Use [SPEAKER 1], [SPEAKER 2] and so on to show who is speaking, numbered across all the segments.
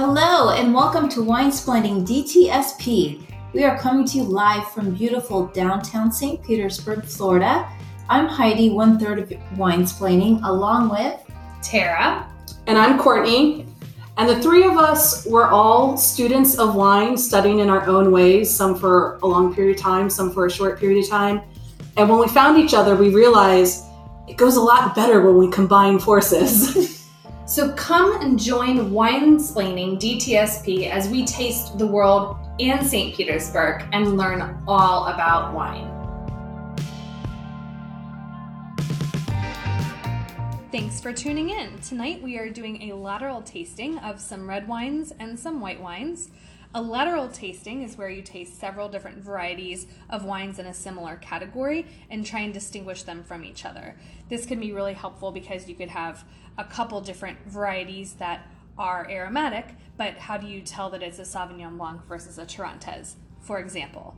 [SPEAKER 1] and welcome to Wine Splending DTSP. We are coming to you live from beautiful downtown St. Petersburg, Florida. I'm Heidi, one third of Wine Splaining, along with
[SPEAKER 2] Tara.
[SPEAKER 3] And I'm Courtney. And the three of us were all students of wine, studying in our own ways, some for a long period of time, some for a short period of time. And when we found each other, we realized it goes a lot better when we combine forces.
[SPEAKER 2] So come and join Winesplaining DTSP as we taste the world and St. Petersburg and learn all about wine. Thanks for tuning in. Tonight we are doing a lateral tasting of some red wines and some white wines. A lateral tasting is where you taste several different varieties of wines in a similar category and try and distinguish them from each other. This can be really helpful because you could have a couple different varieties that are aromatic, but how do you tell that it's a Sauvignon Blanc versus a Torontes, for example?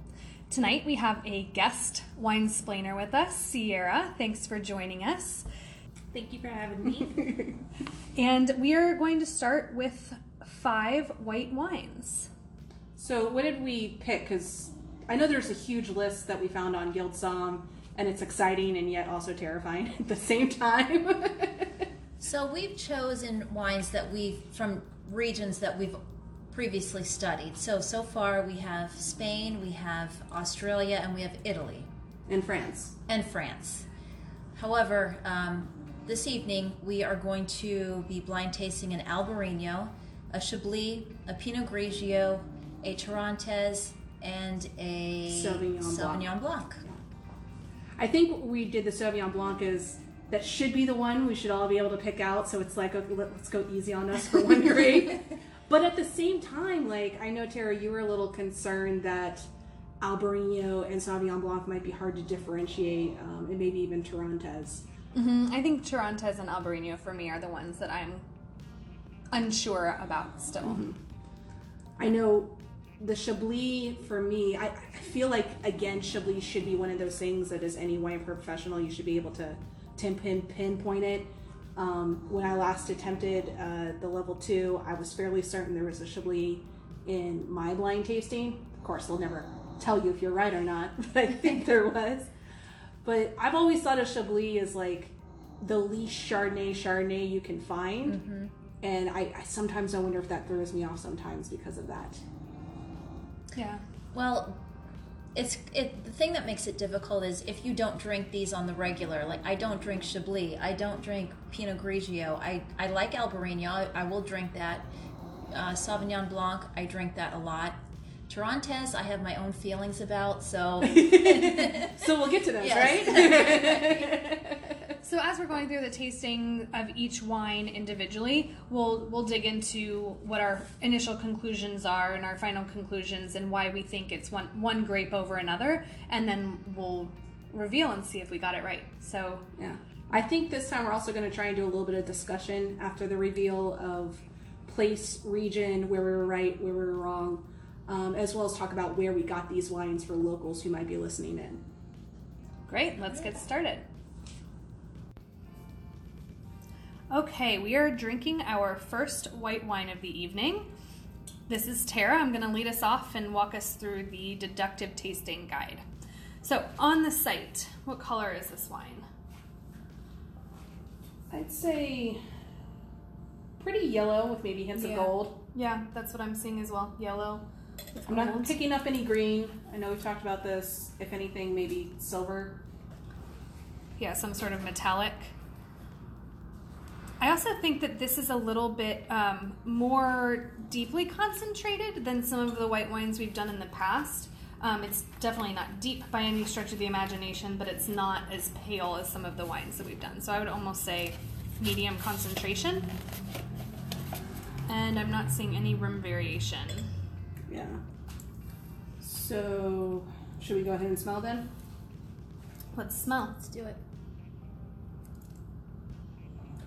[SPEAKER 2] Tonight we have a guest wine splainer with us, Sierra. Thanks for joining us.
[SPEAKER 4] Thank you for having me.
[SPEAKER 2] And we are going to start with five white wines.
[SPEAKER 3] so, what did we pick? Because I know there's a huge list that we found on Guild Psalm, and it's exciting and yet also terrifying at the same time.
[SPEAKER 4] so we've chosen wines that we've from regions that we've previously studied. So so far we have Spain, we have Australia, and we have Italy
[SPEAKER 3] in France.
[SPEAKER 4] and France. However, um, this evening we are going to be blind tasting an Albarino, a Chablis, a Pinot Grigio, a Torontes, and a
[SPEAKER 3] Sauvignon Blanc.
[SPEAKER 4] Sauvignon Blanc.
[SPEAKER 3] I think we did the Sauvignon Blanc is that should be the one we should all be able to pick out. So it's like, okay, let- let's go easy on us for one grape. But at the same time, like I know Tara, you were a little concerned that Albarino and Sauvignon Blanc might be hard to differentiate, um, and maybe even Torontes.
[SPEAKER 2] Mm, I think Torontes and Albarino for me are the ones that I'm unsure about still.
[SPEAKER 3] I know the Chablis for me, I, I feel like again Chablis should be one of those things that as any wine professional you should be able to tin pin pinpoint it. Um, when I last attempted uh, the level two, I was fairly certain there was a Chablis in my blind tasting. Of course, they'll never tell you if you're right or not, but I think there was. But I've always thought of Chablis as like the least Chardonnay Chardonnay you can find. And I, I sometimes I wonder if that throws me off sometimes because of that.
[SPEAKER 2] Yeah.
[SPEAKER 4] Well, it's it. The thing that makes it difficult is if you don't drink these on the regular. Like I don't drink Chablis. I don't drink Pinot Grigio. I I like Albarino. I, I will drink that. Uh, Sauvignon Blanc. I drink that a lot. Torontes, I have my own feelings about. So
[SPEAKER 3] So we'll get to those,
[SPEAKER 4] Yes.
[SPEAKER 3] right?
[SPEAKER 2] So as we're going through the tasting of each wine individually, we'll we'll dig into what our initial conclusions are and our final conclusions and why we think it's one one grape over another, and then we'll reveal and see if we got it right. So
[SPEAKER 3] yeah. I think this time we're also going to try and do a little bit of discussion after the reveal of place, region, where we were right, where we were wrong, um, as well as talk about where we got these wines for locals who might be listening in.
[SPEAKER 2] Great, let's get started. Okay, we are drinking our first white wine of the evening. This is Tara. I'm going to lead us off and walk us through the deductive tasting guide. So, on the site, what color is this wine?
[SPEAKER 3] I'd say pretty yellow with maybe hints
[SPEAKER 2] Yeah.
[SPEAKER 3] of gold.
[SPEAKER 2] Yeah, that's what I'm seeing as well. Yellow.
[SPEAKER 3] I'm not picking up any green. I know we've talked about this. If anything, maybe silver.
[SPEAKER 2] yeah, some sort of metallic. I also think that this is a little bit um, more deeply concentrated than some of the white wines we've done in the past. Um, it's definitely not deep by any stretch of the imagination, but it's not as pale as some of the wines that we've done. So I would almost say medium concentration. And I'm not seeing any rim variation.
[SPEAKER 3] Yeah. So, should we go ahead and smell then?
[SPEAKER 2] Let's smell.
[SPEAKER 4] let's do it.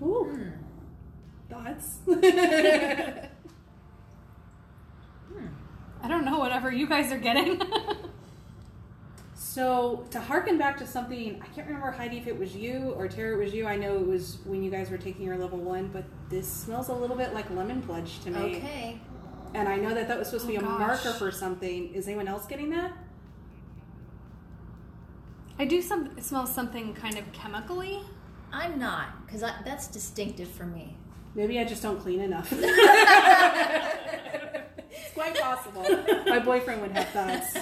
[SPEAKER 3] Ooh.
[SPEAKER 2] Hmm.
[SPEAKER 3] Thoughts?
[SPEAKER 2] I don't know, whatever you guys are getting.
[SPEAKER 3] so, to harken back to something, I can't remember, Heidi, if it was you or Tara, it was you. I know it was when you guys were taking your level one, but this smells a little bit like lemon pledge to me.
[SPEAKER 4] Okay.
[SPEAKER 3] and I know that that was supposed to be
[SPEAKER 2] Oh,
[SPEAKER 3] a
[SPEAKER 2] gosh.
[SPEAKER 3] marker for something. Is anyone else getting that?
[SPEAKER 2] I do some smell something kind of chemically.
[SPEAKER 4] I'm not, because that's distinctive for me.
[SPEAKER 3] Maybe I just don't clean enough. it's quite possible. My boyfriend would have thoughts.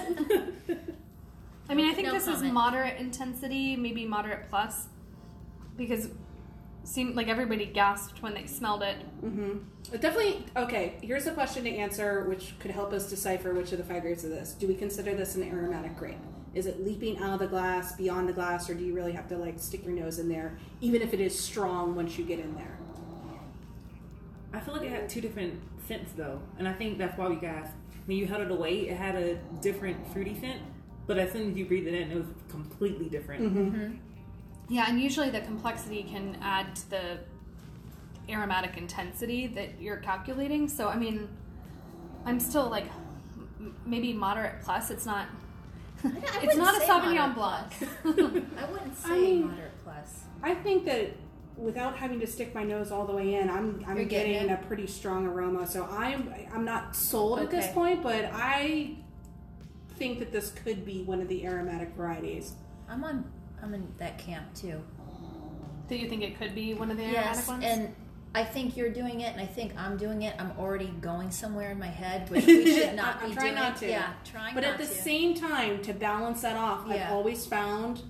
[SPEAKER 2] I mean, I think
[SPEAKER 4] No
[SPEAKER 2] this is
[SPEAKER 4] comment.
[SPEAKER 2] moderate intensity, maybe moderate plus, because seemed like everybody gasped when they smelled it.
[SPEAKER 3] hmm definitely, okay, here's a question to answer which could help us decipher which of the five grapes of this. Do we consider this an aromatic grape? Is it leaping out of the glass, beyond the glass, or do you really have to like stick your nose in there, even if it is strong once you get in there?
[SPEAKER 5] I feel like it had two different scents though, and I think that's why we guys, when you held it away, it had a different fruity scent. But as soon as you breathed it in, it was completely different.
[SPEAKER 2] Yeah, and usually the complexity can add to the aromatic intensity that you're calculating. So, I mean, I'm still like m- maybe moderate plus. It's not. it's
[SPEAKER 4] wouldn't
[SPEAKER 2] not a
[SPEAKER 4] say moderate
[SPEAKER 2] Sauvignon Blanc.
[SPEAKER 4] I wouldn't say
[SPEAKER 3] mean-
[SPEAKER 4] moderate plus.
[SPEAKER 3] I think that without having to stick my nose all the way in, I'm I'm
[SPEAKER 4] You're
[SPEAKER 3] getting,
[SPEAKER 4] getting it?
[SPEAKER 3] a pretty strong aroma. So I'm I'm not sold at this
[SPEAKER 4] Okay.
[SPEAKER 3] point, but I think that this could be one of the aromatic varieties.
[SPEAKER 4] I'm on. I'm in that camp too.
[SPEAKER 2] Do you think it could be one of the aromatic
[SPEAKER 4] Yes,
[SPEAKER 2] ones?
[SPEAKER 4] and I think you're doing it, and I think I'm doing it. I'm already going somewhere in my head, which we should not
[SPEAKER 3] I'm
[SPEAKER 4] be
[SPEAKER 3] trying
[SPEAKER 4] doing.
[SPEAKER 3] not to.
[SPEAKER 4] Yeah, trying
[SPEAKER 3] but
[SPEAKER 4] not
[SPEAKER 3] at the
[SPEAKER 4] to.
[SPEAKER 3] same time, to balance that off, I've
[SPEAKER 4] Yeah.
[SPEAKER 3] always found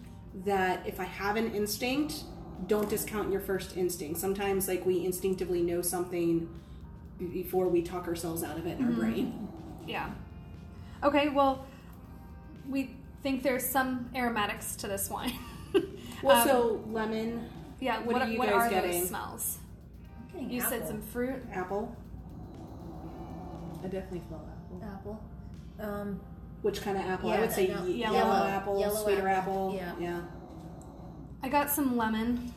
[SPEAKER 3] that if I have an instinct, don't discount your first instinct. Sometimes, like we instinctively know something b- before we talk ourselves out of it in
[SPEAKER 4] Mm-hmm.
[SPEAKER 3] our brain.
[SPEAKER 4] Um,
[SPEAKER 2] yeah. Okay, well, we think there's some aromatics to this wine.
[SPEAKER 3] Well,
[SPEAKER 2] Um,
[SPEAKER 3] so lemon,
[SPEAKER 2] yeah,
[SPEAKER 3] what
[SPEAKER 2] what,
[SPEAKER 3] are you
[SPEAKER 2] what
[SPEAKER 3] guys
[SPEAKER 2] are
[SPEAKER 3] getting?
[SPEAKER 2] those smells?
[SPEAKER 4] I'm getting
[SPEAKER 2] You said
[SPEAKER 4] apple.
[SPEAKER 2] some fruit.
[SPEAKER 3] apple.
[SPEAKER 5] I definitely smell apple.
[SPEAKER 4] apple. Um,
[SPEAKER 3] Which kind of apple? I
[SPEAKER 4] Yeah,
[SPEAKER 3] would say
[SPEAKER 4] no,
[SPEAKER 3] ye- yellow,
[SPEAKER 2] yellow.
[SPEAKER 3] apple,
[SPEAKER 4] Yellow
[SPEAKER 3] sweeter apple.
[SPEAKER 4] apple, yeah.
[SPEAKER 3] yeah.
[SPEAKER 2] I got some lemon.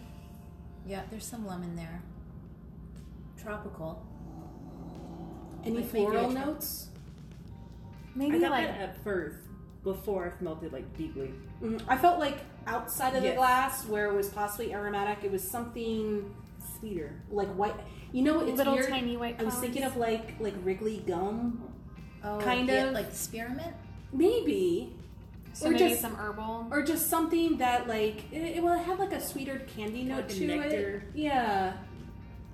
[SPEAKER 4] yeah, there's some lemon there. Tropical.
[SPEAKER 3] Any
[SPEAKER 4] Like maybe
[SPEAKER 3] floral
[SPEAKER 4] a tro-
[SPEAKER 3] notes?
[SPEAKER 2] Maybe
[SPEAKER 5] I got
[SPEAKER 2] like
[SPEAKER 5] that at first before I smelled it like deeply.
[SPEAKER 3] Mhm. I felt like outside of the
[SPEAKER 5] Yes.
[SPEAKER 3] glass where it was possibly aromatic, it was something
[SPEAKER 5] Sweeter.
[SPEAKER 3] like white. You know, it's
[SPEAKER 2] little
[SPEAKER 3] weird.
[SPEAKER 2] tiny white
[SPEAKER 3] I
[SPEAKER 2] flowers.
[SPEAKER 3] was thinking of like like Wrigley gum,
[SPEAKER 4] Oh,
[SPEAKER 3] Kind
[SPEAKER 4] yeah,
[SPEAKER 3] of.
[SPEAKER 4] like spearmint.
[SPEAKER 3] maybe,
[SPEAKER 2] so
[SPEAKER 3] or
[SPEAKER 2] maybe
[SPEAKER 3] just-
[SPEAKER 2] some herbal.
[SPEAKER 3] or just something that like it, it- well, it had like a sweeter candy note
[SPEAKER 5] Like a
[SPEAKER 3] to it.
[SPEAKER 5] nectar.
[SPEAKER 3] Yeah,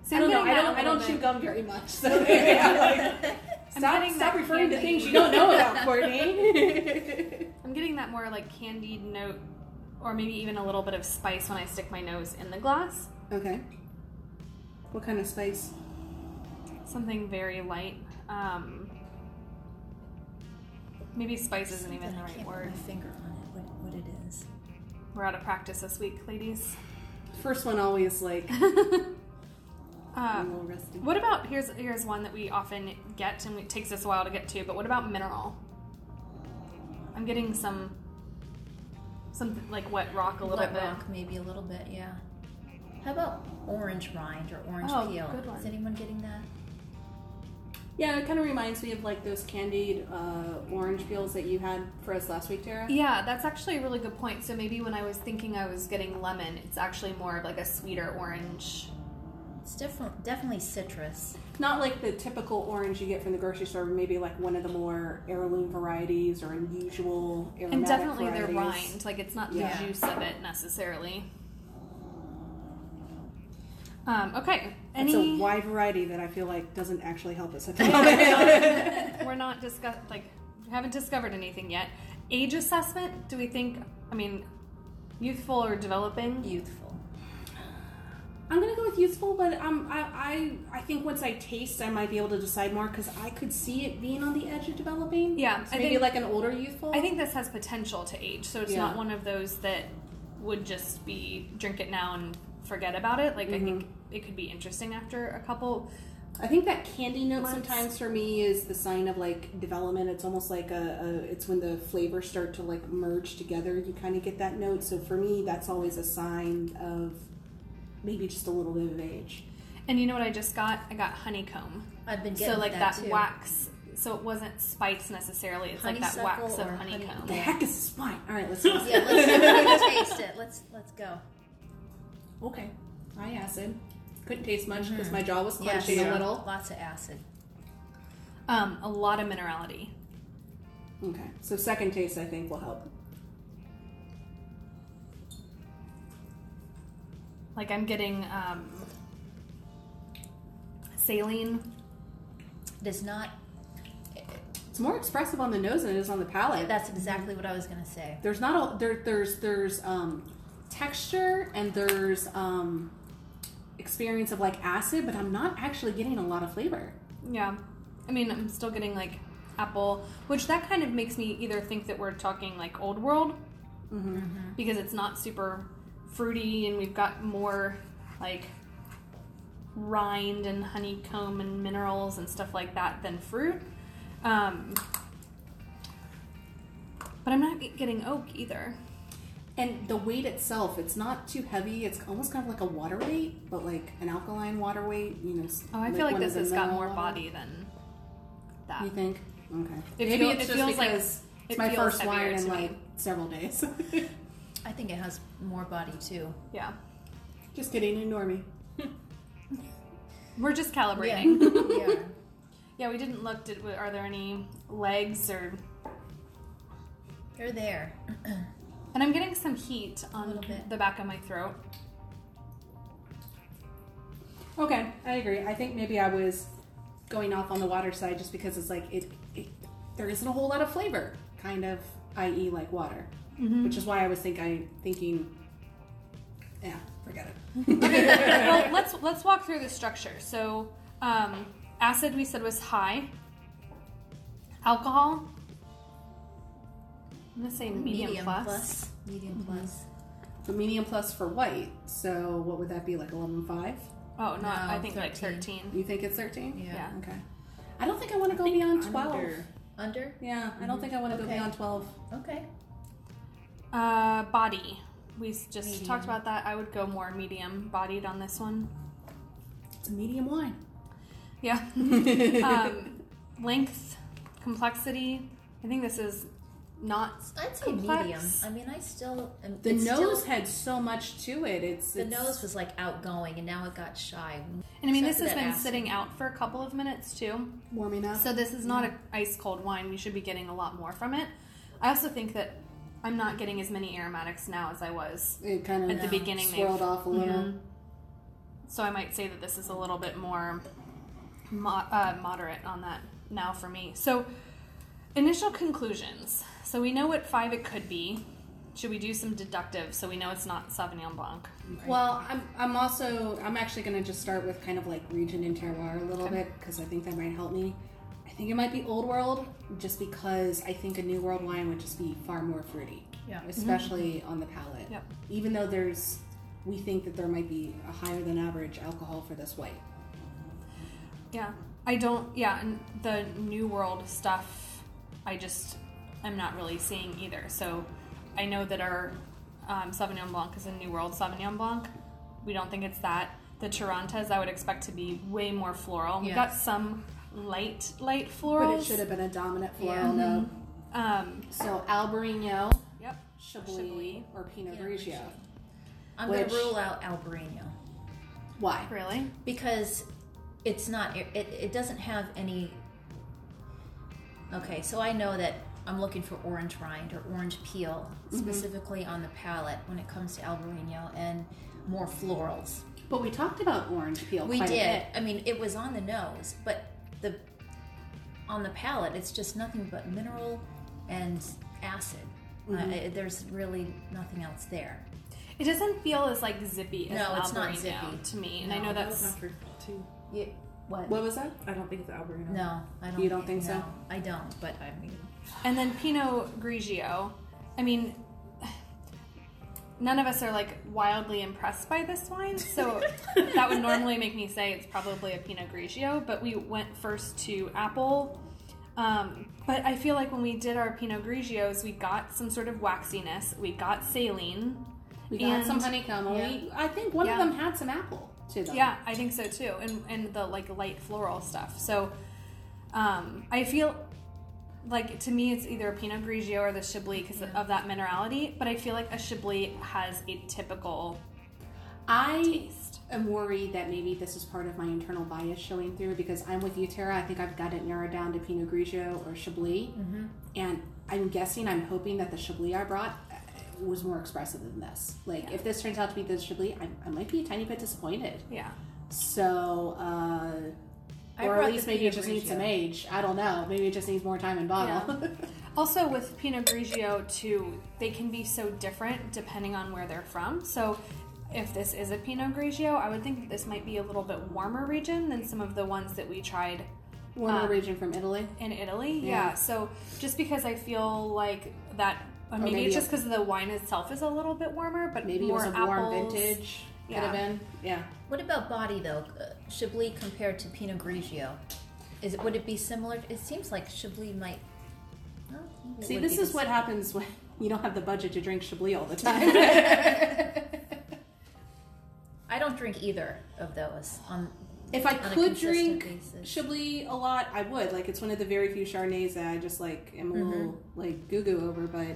[SPEAKER 2] See,
[SPEAKER 3] I don't know.
[SPEAKER 2] getting
[SPEAKER 3] I
[SPEAKER 2] that
[SPEAKER 3] don't.
[SPEAKER 2] a
[SPEAKER 3] I don't
[SPEAKER 2] little
[SPEAKER 3] chew
[SPEAKER 2] bit.
[SPEAKER 3] gum very much. So yeah, like, stop
[SPEAKER 2] getting
[SPEAKER 3] stop
[SPEAKER 2] that
[SPEAKER 3] referring to
[SPEAKER 2] candy.
[SPEAKER 3] things you don't know about, Courtney.
[SPEAKER 2] I'm getting that more like candied note, or maybe even a little bit of spice when I stick my nose in the glass.
[SPEAKER 3] okay. What kind of spice?
[SPEAKER 2] Something very light. Um, maybe spice isn't even
[SPEAKER 4] Something
[SPEAKER 2] the
[SPEAKER 4] I
[SPEAKER 2] right
[SPEAKER 4] can't
[SPEAKER 2] word.
[SPEAKER 4] put my finger on it. What, what it is?
[SPEAKER 2] We're out of practice this week, ladies.
[SPEAKER 3] First one always like a
[SPEAKER 2] Uh,
[SPEAKER 3] little rusty.
[SPEAKER 2] what about here's here's one that we often get and it takes us a while to get to. But what about mineral? I'm getting some, something like wet rock a little
[SPEAKER 4] Let
[SPEAKER 2] bit.
[SPEAKER 4] rock, maybe a little bit. Yeah. How about orange rind or orange
[SPEAKER 2] Oh,
[SPEAKER 4] peel?
[SPEAKER 2] good one.
[SPEAKER 4] Is anyone getting that?
[SPEAKER 3] Yeah, it kind of reminds me of like those candied uh, orange peels that you had for us last week, Tara.
[SPEAKER 2] Yeah, that's actually a really good point. So maybe when I was thinking I was getting lemon, it's actually more of like a sweeter orange.
[SPEAKER 4] It's definitely definitely citrus.
[SPEAKER 3] Not like the typical orange you get from the grocery store, but maybe like one of the more heirloom varieties or unusual aromatic
[SPEAKER 2] And definitely
[SPEAKER 3] varieties.
[SPEAKER 2] they're rind. Like it's not
[SPEAKER 3] Yeah.
[SPEAKER 2] the juice of it necessarily. Um, okay.
[SPEAKER 3] It's
[SPEAKER 2] Any
[SPEAKER 3] a wide variety that I feel like doesn't actually help us at the
[SPEAKER 2] we're not discuss like we haven't discovered anything yet. Age assessment, do we think I mean youthful or developing?
[SPEAKER 4] Youthful.
[SPEAKER 3] I'm gonna go with useful, but um, I, I I think once I taste, I might be able to decide more because I could see it being on the edge of developing.
[SPEAKER 2] Yeah,
[SPEAKER 3] So
[SPEAKER 2] I
[SPEAKER 3] maybe
[SPEAKER 2] think
[SPEAKER 3] like an older youthful.
[SPEAKER 2] I think this has potential to age, so it's
[SPEAKER 3] Yeah.
[SPEAKER 2] not one of those that would just be drink it now and forget about it. Like I think
[SPEAKER 4] Mm-hmm.
[SPEAKER 2] it could be interesting after a couple.
[SPEAKER 3] I think that candy note
[SPEAKER 2] Months.
[SPEAKER 3] sometimes for me is the sign of like development. It's almost like a, a it's when the flavors start to like merge together. You kind of get that note. So for me, that's always a sign of maybe just a little bit of age.
[SPEAKER 2] And you know what I just got? I got honeycomb.
[SPEAKER 4] I've been getting
[SPEAKER 2] So like
[SPEAKER 4] that,
[SPEAKER 2] that,
[SPEAKER 4] too.
[SPEAKER 2] wax. So it wasn't spice necessarily. It's like that
[SPEAKER 4] Honeysuckle
[SPEAKER 2] wax of
[SPEAKER 4] or honey-
[SPEAKER 2] honeycomb.
[SPEAKER 3] The heck is this wine? All right, let's. taste it.
[SPEAKER 4] Yeah, let's, let's taste it. Let's let's go.
[SPEAKER 3] okay, high acid. Couldn't taste much because
[SPEAKER 4] Mhm.
[SPEAKER 3] my jaw was
[SPEAKER 4] Yes.
[SPEAKER 3] clenching a little.
[SPEAKER 4] Lots of acid.
[SPEAKER 2] Um, a lot of minerality.
[SPEAKER 3] Okay, so second taste I think will help.
[SPEAKER 2] Like I'm getting um, saline.
[SPEAKER 4] It is not.
[SPEAKER 3] It's more expressive on the nose than it is on the palate.
[SPEAKER 4] That's exactly what I was gonna say.
[SPEAKER 3] there's not a there there's there's um texture and there's um experience of like acid but i'm not actually getting a lot of flavor
[SPEAKER 2] Yeah. I mean, I'm still getting like apple, which that kind of makes me either think that we're talking like old world
[SPEAKER 3] Mm-hmm.
[SPEAKER 2] because it's not super fruity and we've got more like rind and honeycomb and minerals and stuff like that than fruit. Um, but I'm not get- getting oak either.
[SPEAKER 3] and the weight itself it's not too heavy it's almost kind of like a water weight but like an alkaline water weight you know s-
[SPEAKER 2] Oh, I feel like
[SPEAKER 3] one of
[SPEAKER 2] this
[SPEAKER 3] the
[SPEAKER 2] has got
[SPEAKER 3] mineral
[SPEAKER 2] more
[SPEAKER 3] water-
[SPEAKER 2] body than that.
[SPEAKER 3] you think okay
[SPEAKER 2] It
[SPEAKER 3] maybe
[SPEAKER 2] feel-
[SPEAKER 3] it's
[SPEAKER 2] it
[SPEAKER 3] just
[SPEAKER 2] feels like-
[SPEAKER 3] because
[SPEAKER 2] it
[SPEAKER 3] it's my
[SPEAKER 2] feels
[SPEAKER 3] first
[SPEAKER 2] heavier
[SPEAKER 3] wine
[SPEAKER 2] to
[SPEAKER 3] in
[SPEAKER 2] me.
[SPEAKER 3] like several days
[SPEAKER 4] I think it has more body too.
[SPEAKER 2] Yeah.
[SPEAKER 3] just kidding ignore me
[SPEAKER 2] We're just calibrating.
[SPEAKER 4] yeah.
[SPEAKER 2] Yeah, we didn't look. Did we- are there any legs or?
[SPEAKER 4] You're there.
[SPEAKER 2] And I'm getting some heat on
[SPEAKER 4] Little bit.
[SPEAKER 2] the back of my throat.
[SPEAKER 3] Okay, I agree. I think maybe I was going off on the water side just because it's like it, it there isn't a whole lot of flavor, kind of, i.e., like water, which is why I was think I thinking, yeah, forget it.
[SPEAKER 2] well, let's let's walk through the structure. So, um, acid we said was high. Alcohol. I'm gonna say medium, plus. Mm-hmm.
[SPEAKER 4] Medium plus.
[SPEAKER 3] But medium plus for white, so what would that be like 11.5?
[SPEAKER 2] Oh no, I think like
[SPEAKER 4] 13.
[SPEAKER 2] thirteen.
[SPEAKER 3] You think it's 13?
[SPEAKER 4] Yeah.
[SPEAKER 2] Yeah.
[SPEAKER 3] Okay. I don't think I want to go beyond 12.
[SPEAKER 5] Under.
[SPEAKER 4] Under.
[SPEAKER 3] Yeah, I don't think I want to
[SPEAKER 4] Okay.
[SPEAKER 3] go beyond 12.
[SPEAKER 4] Okay.
[SPEAKER 2] Uh, body. We s- just
[SPEAKER 4] Medium.
[SPEAKER 2] talked about that. I would go more medium bodied on this one.
[SPEAKER 3] It's a medium wine.
[SPEAKER 2] Yeah. um, length, complexity. I think this is not
[SPEAKER 4] I'd say
[SPEAKER 2] Complex.
[SPEAKER 4] medium. I mean, I still. am-
[SPEAKER 3] The
[SPEAKER 4] it's still-
[SPEAKER 3] nose had so much to it. It's
[SPEAKER 4] the
[SPEAKER 3] it's-
[SPEAKER 4] nose was like outgoing, and now it got shy.
[SPEAKER 2] And I mean,
[SPEAKER 4] Except
[SPEAKER 2] this
[SPEAKER 4] for
[SPEAKER 2] has
[SPEAKER 4] that
[SPEAKER 2] been
[SPEAKER 4] acid.
[SPEAKER 2] sitting out for a couple of minutes too.
[SPEAKER 3] warming up.
[SPEAKER 2] So this is not an ice cold wine. We should be getting a lot more from it. I also think that I'm not getting as many aromatics now as I was.
[SPEAKER 3] it kind of
[SPEAKER 2] At the beginning, they've-
[SPEAKER 3] swirled off a little.
[SPEAKER 2] So I might say that this is a little bit more mo- uh, moderate on that now for me. So initial conclusions. So we know what five it could be. Should we do some deductive so we know it's not Sauvignon Blanc?
[SPEAKER 3] Well, I'm, I'm also I'm actually going to just start with kind of like region and terroir a little bit because I think that might help me. I think it might be old world just because I think a new world wine would just be far more fruity,
[SPEAKER 4] Yeah.
[SPEAKER 3] especially on the palate.
[SPEAKER 2] Yep.
[SPEAKER 3] Even though there's we think that there might be a higher than average alcohol for this white.
[SPEAKER 2] Yeah. I don't, yeah, and the New World stuff, I just, I'm not really seeing either. So I know that our um, Sauvignon Blanc is a New World Sauvignon Blanc. We don't think it's that. The Tarantas, I would expect to be way more floral. We've got
[SPEAKER 4] Yes.
[SPEAKER 2] some light, light
[SPEAKER 3] But
[SPEAKER 2] florals.
[SPEAKER 3] it should have been a dominant
[SPEAKER 4] Yeah. Mm-hmm.
[SPEAKER 3] floral note.
[SPEAKER 2] Um,
[SPEAKER 3] So Albarino,
[SPEAKER 2] yep.
[SPEAKER 3] Chablis,
[SPEAKER 2] Chablis.
[SPEAKER 3] or Pinot
[SPEAKER 4] Yeah,
[SPEAKER 3] Grigio.
[SPEAKER 4] Grigio. I'm
[SPEAKER 3] Which-
[SPEAKER 4] gonna rule out Albarino
[SPEAKER 3] Why?
[SPEAKER 2] Really?
[SPEAKER 4] because it's not. It, it, it doesn't have any. Okay, so I know that I'm looking for orange rind or orange peel
[SPEAKER 3] Mm-hmm.
[SPEAKER 4] specifically on the palate when it comes to Albarino and more florals.
[SPEAKER 3] But we talked about orange peel.
[SPEAKER 4] We
[SPEAKER 3] quite a
[SPEAKER 4] did.
[SPEAKER 3] bit.
[SPEAKER 4] I mean, it was on the nose, but the on the palate, it's just nothing but mineral and acid. Uh,
[SPEAKER 3] Mm-hmm.
[SPEAKER 4] it- there's really nothing else there.
[SPEAKER 2] It doesn't feel as like zippy as
[SPEAKER 4] No, it's not
[SPEAKER 2] Albarino
[SPEAKER 4] zippy.
[SPEAKER 2] to me, and I
[SPEAKER 4] No,
[SPEAKER 2] know
[SPEAKER 4] that
[SPEAKER 5] That was my
[SPEAKER 2] that's
[SPEAKER 5] first two.
[SPEAKER 4] You, what?
[SPEAKER 3] What was that?
[SPEAKER 5] I don't think it's Alberino.
[SPEAKER 4] No, I don't.
[SPEAKER 3] You don't think so?
[SPEAKER 4] no, I don't. But I mean,
[SPEAKER 2] And then Pinot Grigio. I mean, none of us are like wildly impressed by this wine, so that would normally make me say it's probably a Pinot Grigio, but we went first to apple. Um, but I feel like when we did our Pinot Grigios, we got some sort of waxiness, we got saline.
[SPEAKER 3] We got
[SPEAKER 2] And-
[SPEAKER 3] some honeycomb. and
[SPEAKER 2] Yeah.
[SPEAKER 3] We, I think one
[SPEAKER 2] Yeah.
[SPEAKER 3] of them had some apple to them.
[SPEAKER 2] Yeah, I think so too, and and the like light floral stuff. So, um, I feel like to me it's either a Pinot Grigio or the Chablis because of that minerality. But I feel like a Chablis has a typical
[SPEAKER 3] I
[SPEAKER 2] taste.
[SPEAKER 3] I'm worried that maybe this is part of my internal bias showing through because I'm with you, Tara. I think I've got it narrowed down to Pinot Grigio or Chablis, and I'm guessing, I'm hoping that the Chablis I brought uh, was more expressive than this. Like, if this turns out to be the Chablis, I, I might be a tiny bit disappointed.
[SPEAKER 2] Yeah.
[SPEAKER 3] So, uh,
[SPEAKER 4] I
[SPEAKER 3] or
[SPEAKER 4] brought
[SPEAKER 3] at
[SPEAKER 4] the
[SPEAKER 3] least maybe it
[SPEAKER 4] Pinot
[SPEAKER 3] just needs some
[SPEAKER 4] Grigio.
[SPEAKER 3] age. I don't know. Maybe it just needs more time in bottle.
[SPEAKER 2] Also, with Pinot Grigio, too, they can be so different depending on where they're from. So, if this is a Pinot Grigio, I would think that this might be a little bit warmer region than some of the ones that we tried
[SPEAKER 3] One more
[SPEAKER 2] Um,
[SPEAKER 3] region from Italy.
[SPEAKER 2] in Italy.
[SPEAKER 3] Yeah.
[SPEAKER 2] Yeah. So, just because I feel like that, I mean,
[SPEAKER 3] maybe
[SPEAKER 2] it's just
[SPEAKER 3] a-
[SPEAKER 2] because the wine itself is a little bit warmer, but
[SPEAKER 3] Maybe it
[SPEAKER 2] more
[SPEAKER 3] was a
[SPEAKER 2] apples.
[SPEAKER 3] warm vintage. Could
[SPEAKER 2] Yeah.
[SPEAKER 3] have been. Yeah.
[SPEAKER 4] What about body though? Uh, Chablis compared to Pinot Grigio, is it would it be similar? It seems like Chablis might. well, maybe it
[SPEAKER 3] See,
[SPEAKER 4] would
[SPEAKER 3] this
[SPEAKER 4] be the
[SPEAKER 3] is what
[SPEAKER 4] same.
[SPEAKER 3] happens when you don't have the budget to drink Chablis all the time.
[SPEAKER 4] I don't drink either of those. Um,
[SPEAKER 3] if I
[SPEAKER 4] On a
[SPEAKER 3] could
[SPEAKER 4] consistent
[SPEAKER 3] drink
[SPEAKER 4] basis.
[SPEAKER 3] Chablis a lot, I would. Like, it's one of the very few Chardonnays that I just like am a little like goo goo over, but.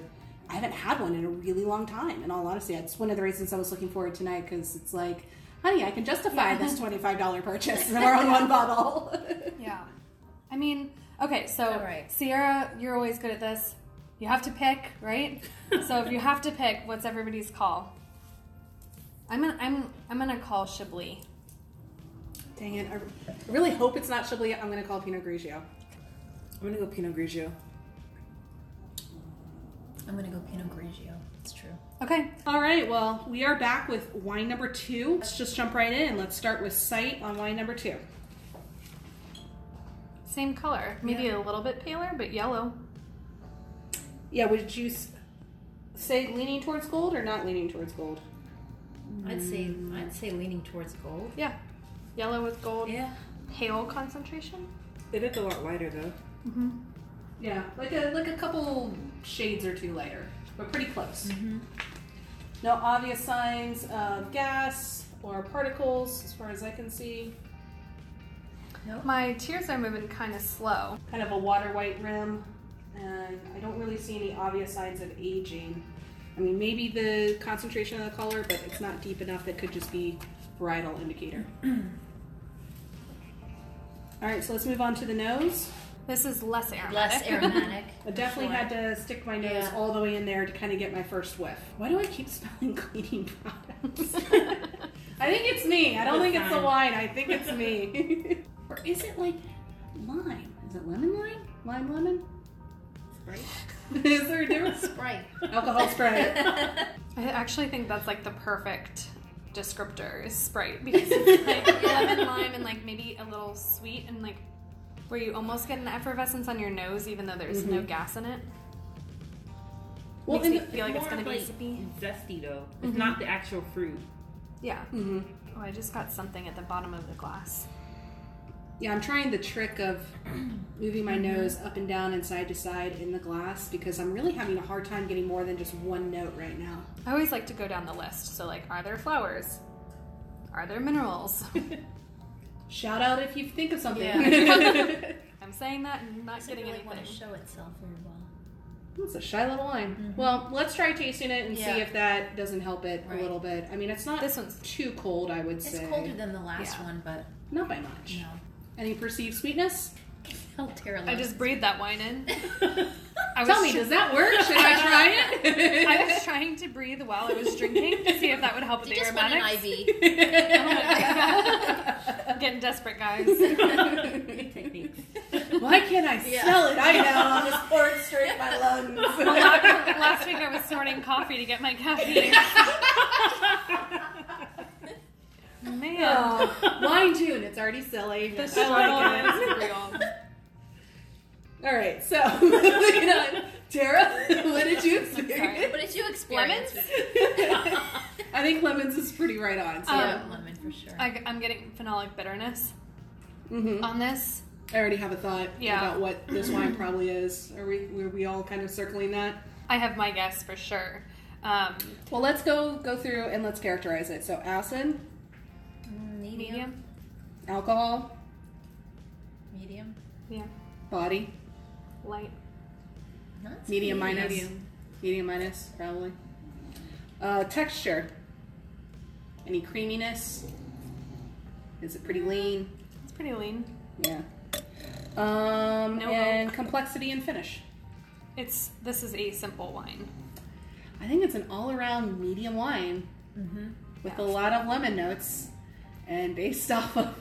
[SPEAKER 3] I haven't had one in a really long time. In all honesty, it's one of the reasons I was looking forward tonight because it's like, honey, I can justify this twenty-five dollar purchase for on one bottle.
[SPEAKER 2] Yeah. I mean, okay, so
[SPEAKER 4] All right.
[SPEAKER 2] Sierra, you're always good at this. You have to pick, right? so if you have to pick, what's everybody's call? I'm gonna, I'm I'm gonna call Chablis.
[SPEAKER 3] Dang it! I really hope it's not Chablis. I'm gonna call Pinot Grigio.
[SPEAKER 5] I'm gonna go Pinot Grigio.
[SPEAKER 4] I'm gonna go Pinot Grigio. It's true.
[SPEAKER 2] Okay.
[SPEAKER 3] All right, well, we are back with wine number two. Let's just jump right in. Let's start with sight on wine number two.
[SPEAKER 2] Same color, maybe a little bit paler, but yellow.
[SPEAKER 3] Yeah, would you s- say leaning towards gold or not leaning towards gold?
[SPEAKER 4] I'd say
[SPEAKER 2] Mm.
[SPEAKER 4] I'd say leaning towards gold.
[SPEAKER 2] Yeah, yellow with gold.
[SPEAKER 5] Yeah.
[SPEAKER 2] Pale concentration.
[SPEAKER 5] It is a lot lighter though.
[SPEAKER 3] Yeah, like a like a couple shades or two lighter, but pretty close. Mm-hmm. No obvious signs of gas or particles, as far as I can see.
[SPEAKER 2] My tears are moving kind of slow.
[SPEAKER 3] Kind of a water white rim, and I don't really see any obvious signs of aging. I mean, maybe the concentration of the color, but it's not deep enough. That could just be varietal indicator. All right, so let's move on to the nose.
[SPEAKER 2] This is less aromatic.
[SPEAKER 4] Less aromatic.
[SPEAKER 3] I definitely had to stick my nose
[SPEAKER 4] Yeah.
[SPEAKER 3] all the way in there to kind of get my first whiff. Why do I keep smelling cleaning products? I think it's me. I don't think it's the wine. I think it's me. or is it like lime? Is it lemon lime? Lime lemon? is there a difference?
[SPEAKER 4] Right.
[SPEAKER 3] Alcohol spray.
[SPEAKER 2] I actually think that's like the perfect descriptor is Sprite because it's like lemon lime and like maybe a little sweet and like where you almost get an effervescence on your nose even though there's
[SPEAKER 3] Mm-hmm.
[SPEAKER 2] no gas in it.
[SPEAKER 3] Well,
[SPEAKER 2] Makes me
[SPEAKER 3] and the-
[SPEAKER 2] feel like it's
[SPEAKER 5] more
[SPEAKER 2] gonna
[SPEAKER 5] of,
[SPEAKER 2] be
[SPEAKER 5] like,
[SPEAKER 2] zippy.
[SPEAKER 5] Zesty though. It's
[SPEAKER 2] Mm-hmm.
[SPEAKER 5] not the actual fruit.
[SPEAKER 2] Yeah.
[SPEAKER 3] Mhm.
[SPEAKER 2] Oh, I just got something at the bottom of the glass.
[SPEAKER 3] Yeah, I'm trying the trick of moving my nose up and down and side to side in the glass because I'm really having a hard time getting more than just one note right now.
[SPEAKER 2] I always like to go down the list. So like, are there flowers? Are there minerals?
[SPEAKER 3] Shout out if you think of something.
[SPEAKER 2] I'm saying that and not
[SPEAKER 4] Doesn't
[SPEAKER 2] getting
[SPEAKER 4] really want to
[SPEAKER 2] anything.
[SPEAKER 4] show itself very well.
[SPEAKER 3] It's a shy little wine. Well, let's try tasting it and
[SPEAKER 4] Yeah.
[SPEAKER 3] see if that doesn't help it
[SPEAKER 4] Right.
[SPEAKER 3] a little bit. I mean, it's not
[SPEAKER 2] This one's
[SPEAKER 3] too cold, I would
[SPEAKER 4] It's
[SPEAKER 3] say.
[SPEAKER 4] colder than the last
[SPEAKER 2] Yeah.
[SPEAKER 4] one, but
[SPEAKER 3] Not by much.
[SPEAKER 4] no.
[SPEAKER 3] Any perceived sweetness?
[SPEAKER 4] Oh, Tara
[SPEAKER 2] I
[SPEAKER 4] loves
[SPEAKER 2] just breathed that wine in. I was
[SPEAKER 3] Tell me, does that work? Should I try it?
[SPEAKER 2] I was trying to breathe while I was drinking to see if that would help with
[SPEAKER 4] You
[SPEAKER 2] the
[SPEAKER 4] just want
[SPEAKER 2] aromatics.
[SPEAKER 4] an IV.
[SPEAKER 2] I'm getting desperate, guys.
[SPEAKER 5] Techniques.
[SPEAKER 3] Why can't I smell it? I know. I'll just pour it straight in my
[SPEAKER 2] Well,
[SPEAKER 3] lungs.
[SPEAKER 2] last, last week I was snorting coffee to get my caffeine. Man,
[SPEAKER 3] Oh, wine tune. It's already silly.
[SPEAKER 2] the
[SPEAKER 3] I
[SPEAKER 2] struggle
[SPEAKER 3] like it.
[SPEAKER 2] is real.
[SPEAKER 3] All right, so moving on. Tara, what did you experience?
[SPEAKER 4] What did you experience?
[SPEAKER 2] Lemons?
[SPEAKER 4] with-
[SPEAKER 3] I think lemons is pretty right on. So.
[SPEAKER 2] Um,
[SPEAKER 4] Yeah, lemon for sure.
[SPEAKER 2] I, I'm getting phenolic bitterness
[SPEAKER 3] Mhm.
[SPEAKER 2] on this.
[SPEAKER 3] I already have a thought
[SPEAKER 2] Yeah.
[SPEAKER 3] about what this wine probably is. Are we were we all kind of circling that?
[SPEAKER 2] I have my guess for sure. Um,
[SPEAKER 3] Well, let's go go through and let's characterize it. So acid,
[SPEAKER 4] Mm, medium.
[SPEAKER 2] medium.
[SPEAKER 3] alcohol,
[SPEAKER 4] Medium.
[SPEAKER 2] Yeah.
[SPEAKER 3] body,
[SPEAKER 2] Light.
[SPEAKER 4] Not medium.
[SPEAKER 3] medium minus, medium minus probably. Uh, texture, any creaminess, Is it pretty lean?
[SPEAKER 2] It's pretty lean.
[SPEAKER 3] Yeah. Um,
[SPEAKER 2] No
[SPEAKER 3] and complexity and finish.
[SPEAKER 2] It's this is a simple wine.
[SPEAKER 3] I think it's an all-around medium wine with a lot of lemon notes, and based off of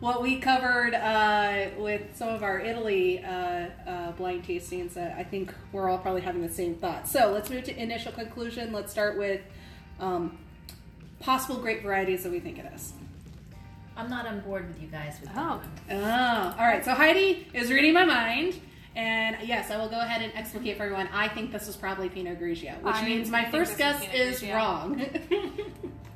[SPEAKER 3] what we covered uh, with some of our Italy uh, uh, blind tastings, uh, I think we're all probably having the same thought. So let's move to initial conclusion. Let's start with um, possible grape varieties that we think it is.
[SPEAKER 4] I'm not on board with you guys with that.
[SPEAKER 2] Oh,
[SPEAKER 3] Oh, all right. So Heidi is reading my mind. And yes, I will go ahead and explicate for everyone. I think this is probably Pinot Grigio, which
[SPEAKER 2] I
[SPEAKER 3] means my
[SPEAKER 2] think
[SPEAKER 3] first
[SPEAKER 2] this is Pinot
[SPEAKER 3] guess is
[SPEAKER 2] Grigio.
[SPEAKER 3] wrong.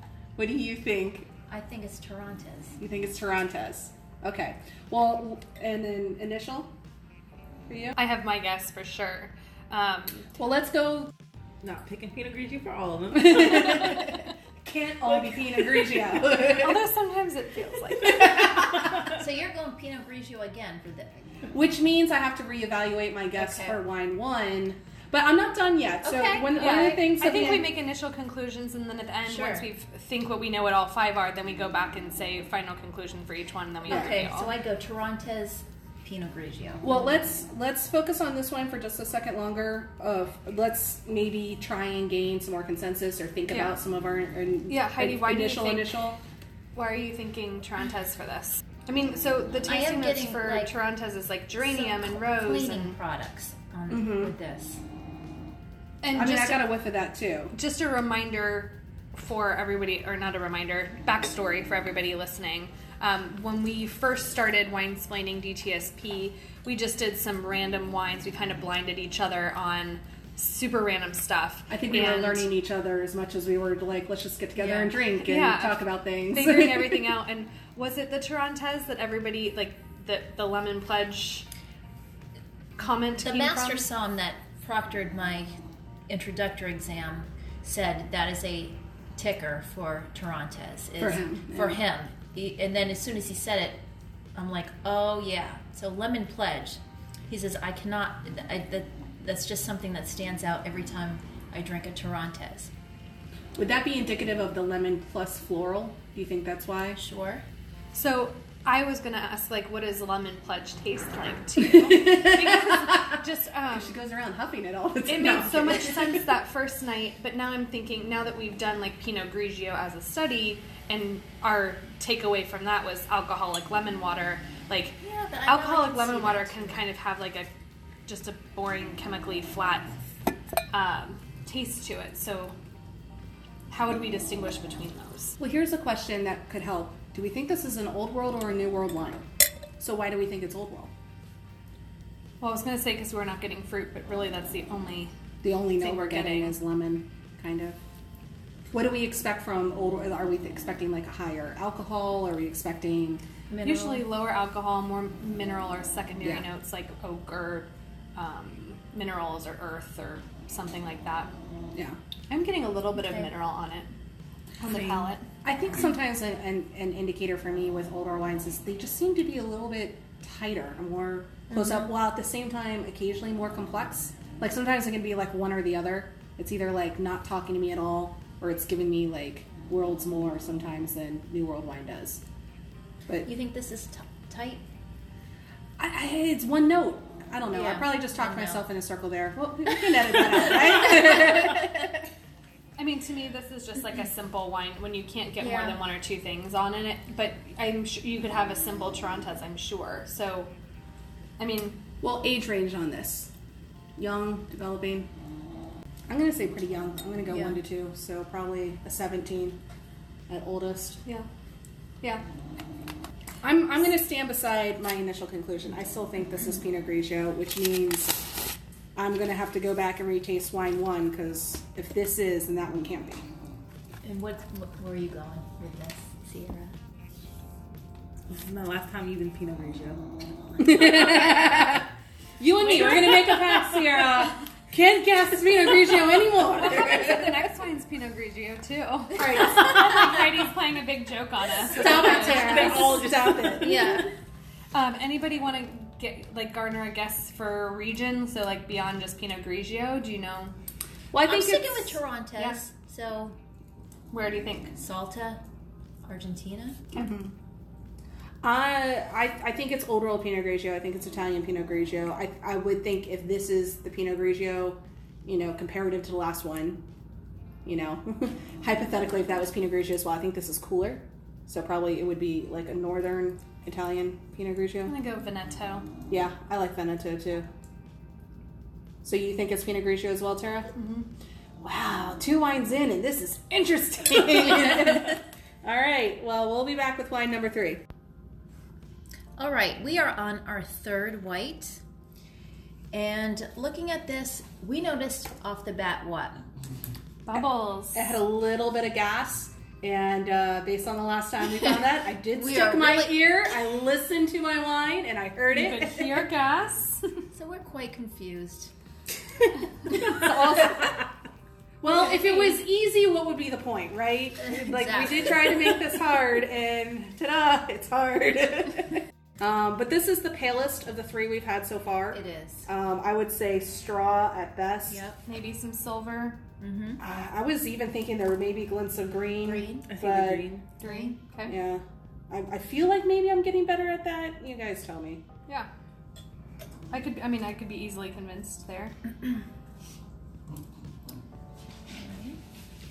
[SPEAKER 3] what do you think?
[SPEAKER 4] I think it's Toronto's.
[SPEAKER 3] You think it's Toronto's? Okay. Well, and then initial for you?
[SPEAKER 2] I have my guess for sure. Um,
[SPEAKER 3] Well, let's go.
[SPEAKER 5] Not picking Pinot Grigio for all of them.
[SPEAKER 3] Can't all be Pinot Grigio.
[SPEAKER 2] although sometimes it feels like that.
[SPEAKER 4] So you're going Pinot Grigio again for the.
[SPEAKER 3] which means I have to reevaluate my guess
[SPEAKER 4] Okay.
[SPEAKER 3] for wine one. But I'm not done yet. So
[SPEAKER 4] Okay.
[SPEAKER 3] one, one of the
[SPEAKER 2] Yeah,
[SPEAKER 3] things
[SPEAKER 2] I
[SPEAKER 3] that
[SPEAKER 2] think we
[SPEAKER 3] had-
[SPEAKER 2] make initial conclusions, and then at the end,
[SPEAKER 4] Sure.
[SPEAKER 2] once we think what we know what all five are, then we go back and say final conclusion for each one. And then we
[SPEAKER 4] Okay,
[SPEAKER 2] reveal.
[SPEAKER 4] so I go Toronto's, Pinot Grigio.
[SPEAKER 3] Well, let's let's focus on this one for just a second longer. Of let's maybe try and gain some more consensus or think
[SPEAKER 2] Yeah.
[SPEAKER 3] about some of our, our
[SPEAKER 2] Yeah, Heidi, why do you
[SPEAKER 3] initial
[SPEAKER 2] think-
[SPEAKER 3] initial.
[SPEAKER 2] Why are you thinking Torontes for this? I mean, so the tasting notes
[SPEAKER 4] getting,
[SPEAKER 2] for
[SPEAKER 4] like,
[SPEAKER 2] Torontes is like
[SPEAKER 4] Some
[SPEAKER 2] geranium and rose,
[SPEAKER 4] cleaning
[SPEAKER 2] and, Mm-hmm.
[SPEAKER 4] products on with this.
[SPEAKER 2] and
[SPEAKER 3] I mean, I
[SPEAKER 2] just,
[SPEAKER 3] got a whiff of that too.
[SPEAKER 2] just a reminder for everybody, or not a reminder, backstory for everybody listening. Um, when we first started wine splaining DTSP, we just did some random wines. We kind of blinded each other on super random stuff.
[SPEAKER 3] I think we were
[SPEAKER 2] And-
[SPEAKER 3] learning each other as much as we were like, let's just get together
[SPEAKER 4] Yeah.
[SPEAKER 3] and drink and
[SPEAKER 2] Yeah.
[SPEAKER 3] talk about things.
[SPEAKER 2] figuring everything out. And was it the Torontes that everybody like the the lemon pledge comment?
[SPEAKER 4] The
[SPEAKER 2] came
[SPEAKER 4] master
[SPEAKER 2] from?
[SPEAKER 4] psalm that proctored my introductory exam said that is a ticker for Torontes. Is
[SPEAKER 3] For him,
[SPEAKER 4] For
[SPEAKER 3] yeah.
[SPEAKER 4] him. He- and then as soon as he said it, I'm like, oh yeah. So Lemon Pledge. He says, I cannot, I, that, that's just something that stands out every time I drink a Torontes.
[SPEAKER 3] Would that be indicative of the lemon plus floral? Do you think that's why?
[SPEAKER 4] Sure.
[SPEAKER 2] So I was gonna ask like, what does lemon pledge taste like to you? because just um,
[SPEAKER 3] She goes around huffing it all the time.
[SPEAKER 2] it made so much sense that first night. But now I'm thinking, now that we've done like Pinot Grigio as a study, and our takeaway from that was alcoholic lemon water. Like
[SPEAKER 4] Yeah, but I know I
[SPEAKER 2] alcoholic
[SPEAKER 4] can
[SPEAKER 2] lemon
[SPEAKER 4] see
[SPEAKER 2] water
[SPEAKER 4] that
[SPEAKER 2] can kind of have like a just a boring chemically flat um, taste to it. So how would we distinguish between those?
[SPEAKER 3] Well, here's a question that could help. Do we think this is an old world or a new world wine? So why do we think it's old world?
[SPEAKER 2] Well, I was gonna say because we're not getting fruit, but really that's the only
[SPEAKER 3] The only note
[SPEAKER 2] Think
[SPEAKER 3] we're getting
[SPEAKER 2] getting-
[SPEAKER 3] is lemon, kind of. What do we expect from old? Are we expecting like a higher alcohol? Are we expecting?
[SPEAKER 4] Mineral.
[SPEAKER 2] Usually lower alcohol, more mineral or secondary
[SPEAKER 3] Yeah.
[SPEAKER 2] notes like oak or um, minerals or earth or something like that.
[SPEAKER 3] Yeah,
[SPEAKER 2] I'm getting a little bit of
[SPEAKER 4] Okay.
[SPEAKER 2] mineral on it on the palate.
[SPEAKER 3] I think sometimes an, an, an indicator for me with older wines is they just seem to be a little bit tighter, more close up, while at the same time occasionally more complex. Like sometimes it can be like one or the other. It's either like not talking to me at all, or it's giving me like worlds more sometimes than New World wine does. But
[SPEAKER 4] You think this is t- tight?
[SPEAKER 3] I, I, it's one note. I don't know. I
[SPEAKER 4] Yeah,
[SPEAKER 3] probably just talked
[SPEAKER 4] one note.
[SPEAKER 3] myself in a circle there. Well, we we can edit that out, right?
[SPEAKER 2] I mean, to me, this is just like a simple wine when you can't get more
[SPEAKER 4] Yeah.
[SPEAKER 2] than one or two things on in it. But I'm sure you could have a simple Torontes, I'm sure. So, I mean,
[SPEAKER 3] well, age range on this: young, developing. I'm gonna say pretty young. I'm gonna go
[SPEAKER 4] Yeah.
[SPEAKER 3] one to two, so probably a 17 at oldest.
[SPEAKER 2] yeah, yeah.
[SPEAKER 3] I'm I'm gonna stand beside my initial conclusion. I still think this is Pinot Grigio, which means I'm gonna have to go back and retaste wine one because if this is, then that one can't be.
[SPEAKER 4] And what, what where are you going with this, Sierra?
[SPEAKER 5] this is my last time using Pinot Grigio.
[SPEAKER 3] You and me, we're gonna make a pact, Sierra. Can't guess Pinot Grigio anymore.
[SPEAKER 2] the next wine's Pinot Grigio too. Oh Heidi's playing a big joke on us.
[SPEAKER 3] Stop it, Tara. Stop it.
[SPEAKER 4] Yeah.
[SPEAKER 2] Um, anybody want to get like garner a guess for region? So like beyond just Pinot Grigio, do you know
[SPEAKER 3] Well, I
[SPEAKER 4] I'm
[SPEAKER 3] think
[SPEAKER 4] sticking
[SPEAKER 3] it's-
[SPEAKER 4] with Toronto's.
[SPEAKER 2] Yeah.
[SPEAKER 4] So
[SPEAKER 2] where do you think?
[SPEAKER 4] Salta, Argentina.
[SPEAKER 3] Uh, I, I think it's Old World Pinot Grigio. I think it's Italian Pinot Grigio. I, I would think if this is the Pinot Grigio, you know, comparative to the last one, you know, hypothetically, if that was Pinot Grigio as well, I think this is cooler. So probably it would be like a northern Italian Pinot Grigio.
[SPEAKER 2] I'm gonna go Veneto.
[SPEAKER 3] Yeah, I like Veneto too. So you think it's Pinot Grigio as well, Tara? Mm-hmm. Wow, two wines in, and this is interesting. All right, well, we'll be back with wine number three.
[SPEAKER 4] All right, we are on our third white. And looking at this, we noticed off the bat what?
[SPEAKER 2] Bubbles.
[SPEAKER 3] It had a little bit of gas, and uh, based on the last time we found that, I did
[SPEAKER 4] We
[SPEAKER 3] stick
[SPEAKER 4] are
[SPEAKER 3] my
[SPEAKER 4] really-
[SPEAKER 3] ear. I listened to my wine, and I heard
[SPEAKER 2] You could
[SPEAKER 3] it.
[SPEAKER 2] hear gas.
[SPEAKER 4] So we're quite confused.
[SPEAKER 3] well, if it was easy, what would be the point, right? Like we
[SPEAKER 4] Exactly.
[SPEAKER 3] did try to make this hard, and ta-da, it's hard. um, but this is the palest of the three we've had so far.
[SPEAKER 4] It is.
[SPEAKER 3] Um, I would say straw at best.
[SPEAKER 4] Yep.
[SPEAKER 2] Maybe some silver.
[SPEAKER 3] Uh, I was even thinking there were maybe glints of green.
[SPEAKER 4] Green.
[SPEAKER 5] I see
[SPEAKER 3] But-
[SPEAKER 5] the green.
[SPEAKER 2] Green. Okay.
[SPEAKER 3] Yeah. I, I feel like maybe I'm getting better at that. You guys tell me.
[SPEAKER 2] Yeah. I could. I mean, I could be easily convinced there.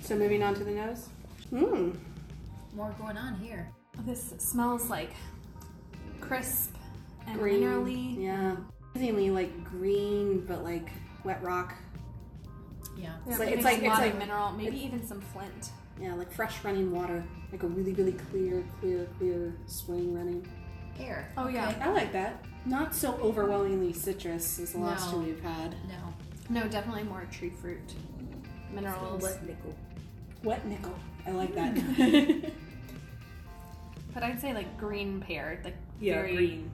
[SPEAKER 3] So moving on to the nose. Hmm.
[SPEAKER 4] More going on here.
[SPEAKER 2] This smells like crisp and
[SPEAKER 3] Green.
[SPEAKER 2] minerally.
[SPEAKER 3] Yeah. Amazingly like green, but like wet rock.
[SPEAKER 4] Yeah.
[SPEAKER 3] It's
[SPEAKER 2] It
[SPEAKER 3] like it's
[SPEAKER 2] makes
[SPEAKER 3] like
[SPEAKER 2] a
[SPEAKER 3] it's
[SPEAKER 2] lot
[SPEAKER 3] like
[SPEAKER 2] of mineral, maybe even some flint.
[SPEAKER 3] yeah, like fresh running water, like a really really clear, clear, clear spring running.
[SPEAKER 4] Here.
[SPEAKER 2] Oh yeah,
[SPEAKER 3] I like that. Not so overwhelmingly citrus as the last
[SPEAKER 4] No.
[SPEAKER 3] two we've had.
[SPEAKER 4] No.
[SPEAKER 2] no, definitely more tree fruit minerals.
[SPEAKER 5] nickel.
[SPEAKER 3] Wet nickel. I like that.
[SPEAKER 2] But I'd say like green pear, like
[SPEAKER 5] Yeah,
[SPEAKER 2] very
[SPEAKER 5] green.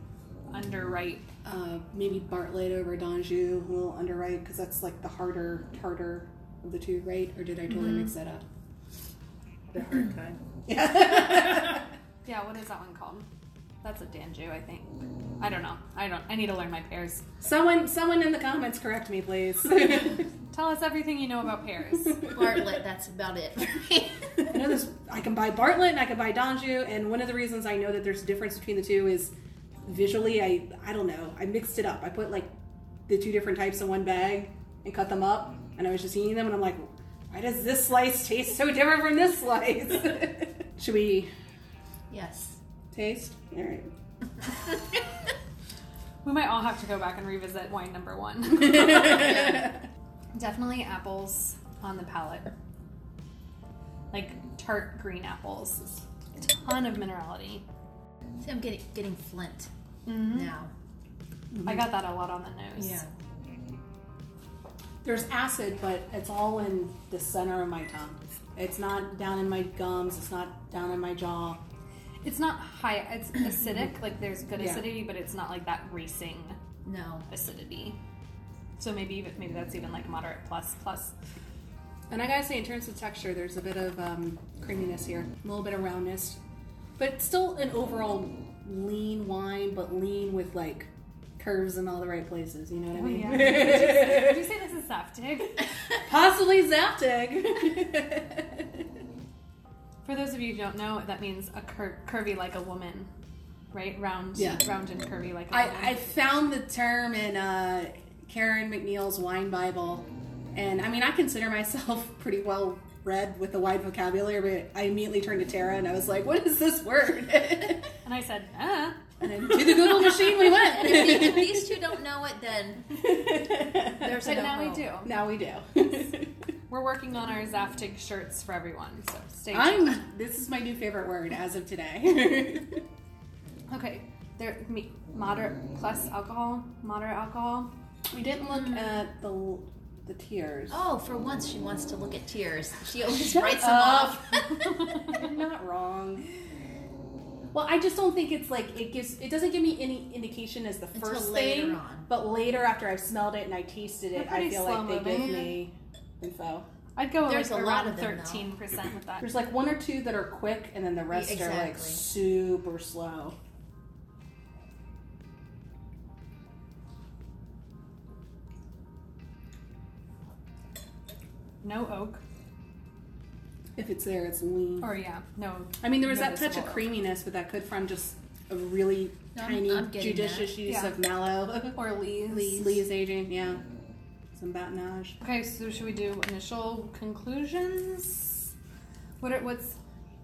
[SPEAKER 2] underripe.
[SPEAKER 3] uh, maybe Bartlett over Danjou, a little underripe because that's like the harder, tartar of the two, right? Or did I totally mix that up?
[SPEAKER 5] The hard kind.
[SPEAKER 2] Yeah, what is that one called? That's a danju, I think. I don't know. I don't. I need to learn my pears.
[SPEAKER 3] Someone, someone in the comments, correct me, please.
[SPEAKER 2] Tell us everything you know about pears.
[SPEAKER 4] Bartlett, that's about it for me.
[SPEAKER 3] I know this. I can buy Bartlett and I can buy Danjou, and one of the reasons I know that there's a difference between the two is visually. I I don't know. I mixed it up. I put like the two different types in one bag and cut them up, and I was just eating them, and I'm like, why does this slice taste so different from this slice? Should we
[SPEAKER 4] yes.
[SPEAKER 3] taste? All right.
[SPEAKER 2] we might all have to go back and revisit wine number one. Definitely apples on the palate, like tart green apples. A ton of minerality.
[SPEAKER 4] See, I'm getting getting Flint
[SPEAKER 2] Mm-hmm.
[SPEAKER 4] now.
[SPEAKER 2] I
[SPEAKER 5] Mm-hmm.
[SPEAKER 2] got that a lot on the nose.
[SPEAKER 3] There's acid, but it's all in the center of my tongue. It's not down in my gums. It's not down in my jaw.
[SPEAKER 2] It's not high. It's acidic. Like there's good
[SPEAKER 3] Yeah.
[SPEAKER 2] acidity, but it's not like that racing
[SPEAKER 4] No.
[SPEAKER 2] acidity. So maybe even, maybe that's even like moderate plus plus.
[SPEAKER 3] And I gotta say, in terms of texture, there's a bit of um, creaminess here, a little bit of roundness, but still an overall lean wine, but lean with like curves in all the right places. You know what I mean?
[SPEAKER 2] Would you say this is saftig?
[SPEAKER 3] Possibly Zaptig.
[SPEAKER 2] For those of you who don't know, that means a cur- curvy like a woman, right? Round,
[SPEAKER 3] Yeah.
[SPEAKER 2] round and curvy like a woman.
[SPEAKER 3] I, I found the term in uh, Karen McNeil's Wine Bible, and I mean, I consider myself pretty well read with a wide vocabulary, but I immediately turned to Tara and I was like, what is this word? and
[SPEAKER 2] and I said, ah.
[SPEAKER 3] then to the Google machine we
[SPEAKER 4] And if, the- if
[SPEAKER 3] went.
[SPEAKER 4] these two don't know it, then there's
[SPEAKER 2] But
[SPEAKER 4] no
[SPEAKER 2] now we
[SPEAKER 4] hope.
[SPEAKER 2] do.
[SPEAKER 3] now we do.
[SPEAKER 2] We're working on our Zaftig shirts for everyone, so stay tuned.
[SPEAKER 3] I'm, this is my new favorite word as of today.
[SPEAKER 2] Okay, there, me, moderate plus alcohol, moderate alcohol.
[SPEAKER 3] we didn't look at the, the tears.
[SPEAKER 4] Hmm. Oh, for once she wants to look at tears. She always
[SPEAKER 3] Shut
[SPEAKER 4] writes them off.
[SPEAKER 3] You're not wrong. Well, I just don't think it's like it gives. It doesn't give me any indication as the
[SPEAKER 4] Until
[SPEAKER 3] first
[SPEAKER 4] later
[SPEAKER 3] thing,
[SPEAKER 4] on.
[SPEAKER 3] but later after I've smelled it and I tasted
[SPEAKER 2] They're
[SPEAKER 3] it, I
[SPEAKER 2] pretty
[SPEAKER 3] feel like they
[SPEAKER 2] slow-moving.
[SPEAKER 3] give me info.
[SPEAKER 2] I'd go
[SPEAKER 4] There's
[SPEAKER 2] like
[SPEAKER 4] a lot
[SPEAKER 2] around
[SPEAKER 4] of them, though.
[SPEAKER 2] 13% with that.
[SPEAKER 3] There's like one or two that are quick, and then the rest are like
[SPEAKER 4] exactly.
[SPEAKER 3] super slow.
[SPEAKER 2] No oak.
[SPEAKER 3] If it's there, it's lean.
[SPEAKER 2] Or yeah, no.
[SPEAKER 3] I mean, there was that touch
[SPEAKER 2] noticeable
[SPEAKER 3] of
[SPEAKER 2] oak.
[SPEAKER 3] creaminess, but that could from just a really
[SPEAKER 6] No, I'm-
[SPEAKER 3] tiny
[SPEAKER 6] I'm getting
[SPEAKER 3] judicious use
[SPEAKER 2] Yeah.
[SPEAKER 3] of mallow.
[SPEAKER 2] Or Lee's.
[SPEAKER 3] Lee's Lee's aging, yeah. Some batonage.
[SPEAKER 2] Okay, so should we do initial conclusions? What are, what's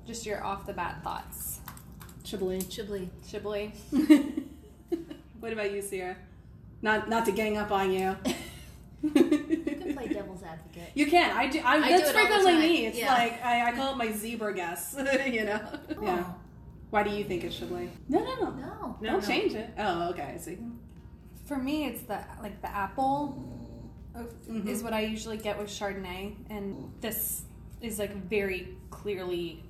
[SPEAKER 2] just your off the bat thoughts,
[SPEAKER 3] Chablis.
[SPEAKER 6] Chablis.
[SPEAKER 2] Shibli?
[SPEAKER 3] what about you, Sierra? Not not to gang up on you.
[SPEAKER 6] You can play devil's advocate.
[SPEAKER 3] You can. I do. I,
[SPEAKER 6] I
[SPEAKER 3] that's
[SPEAKER 6] do it all the
[SPEAKER 3] frequently
[SPEAKER 6] time.
[SPEAKER 3] me. It's
[SPEAKER 6] Yeah.
[SPEAKER 3] like I, I call it my zebra guess. you know.
[SPEAKER 4] Oh.
[SPEAKER 3] Yeah. Why do you think it should like? No, no, no.
[SPEAKER 6] No.
[SPEAKER 5] No,
[SPEAKER 3] Don't
[SPEAKER 5] no.
[SPEAKER 3] change it. Oh, okay. I see.
[SPEAKER 2] For me, it's the like the apple uh, is what I usually get with Chardonnay, and this is like very clearly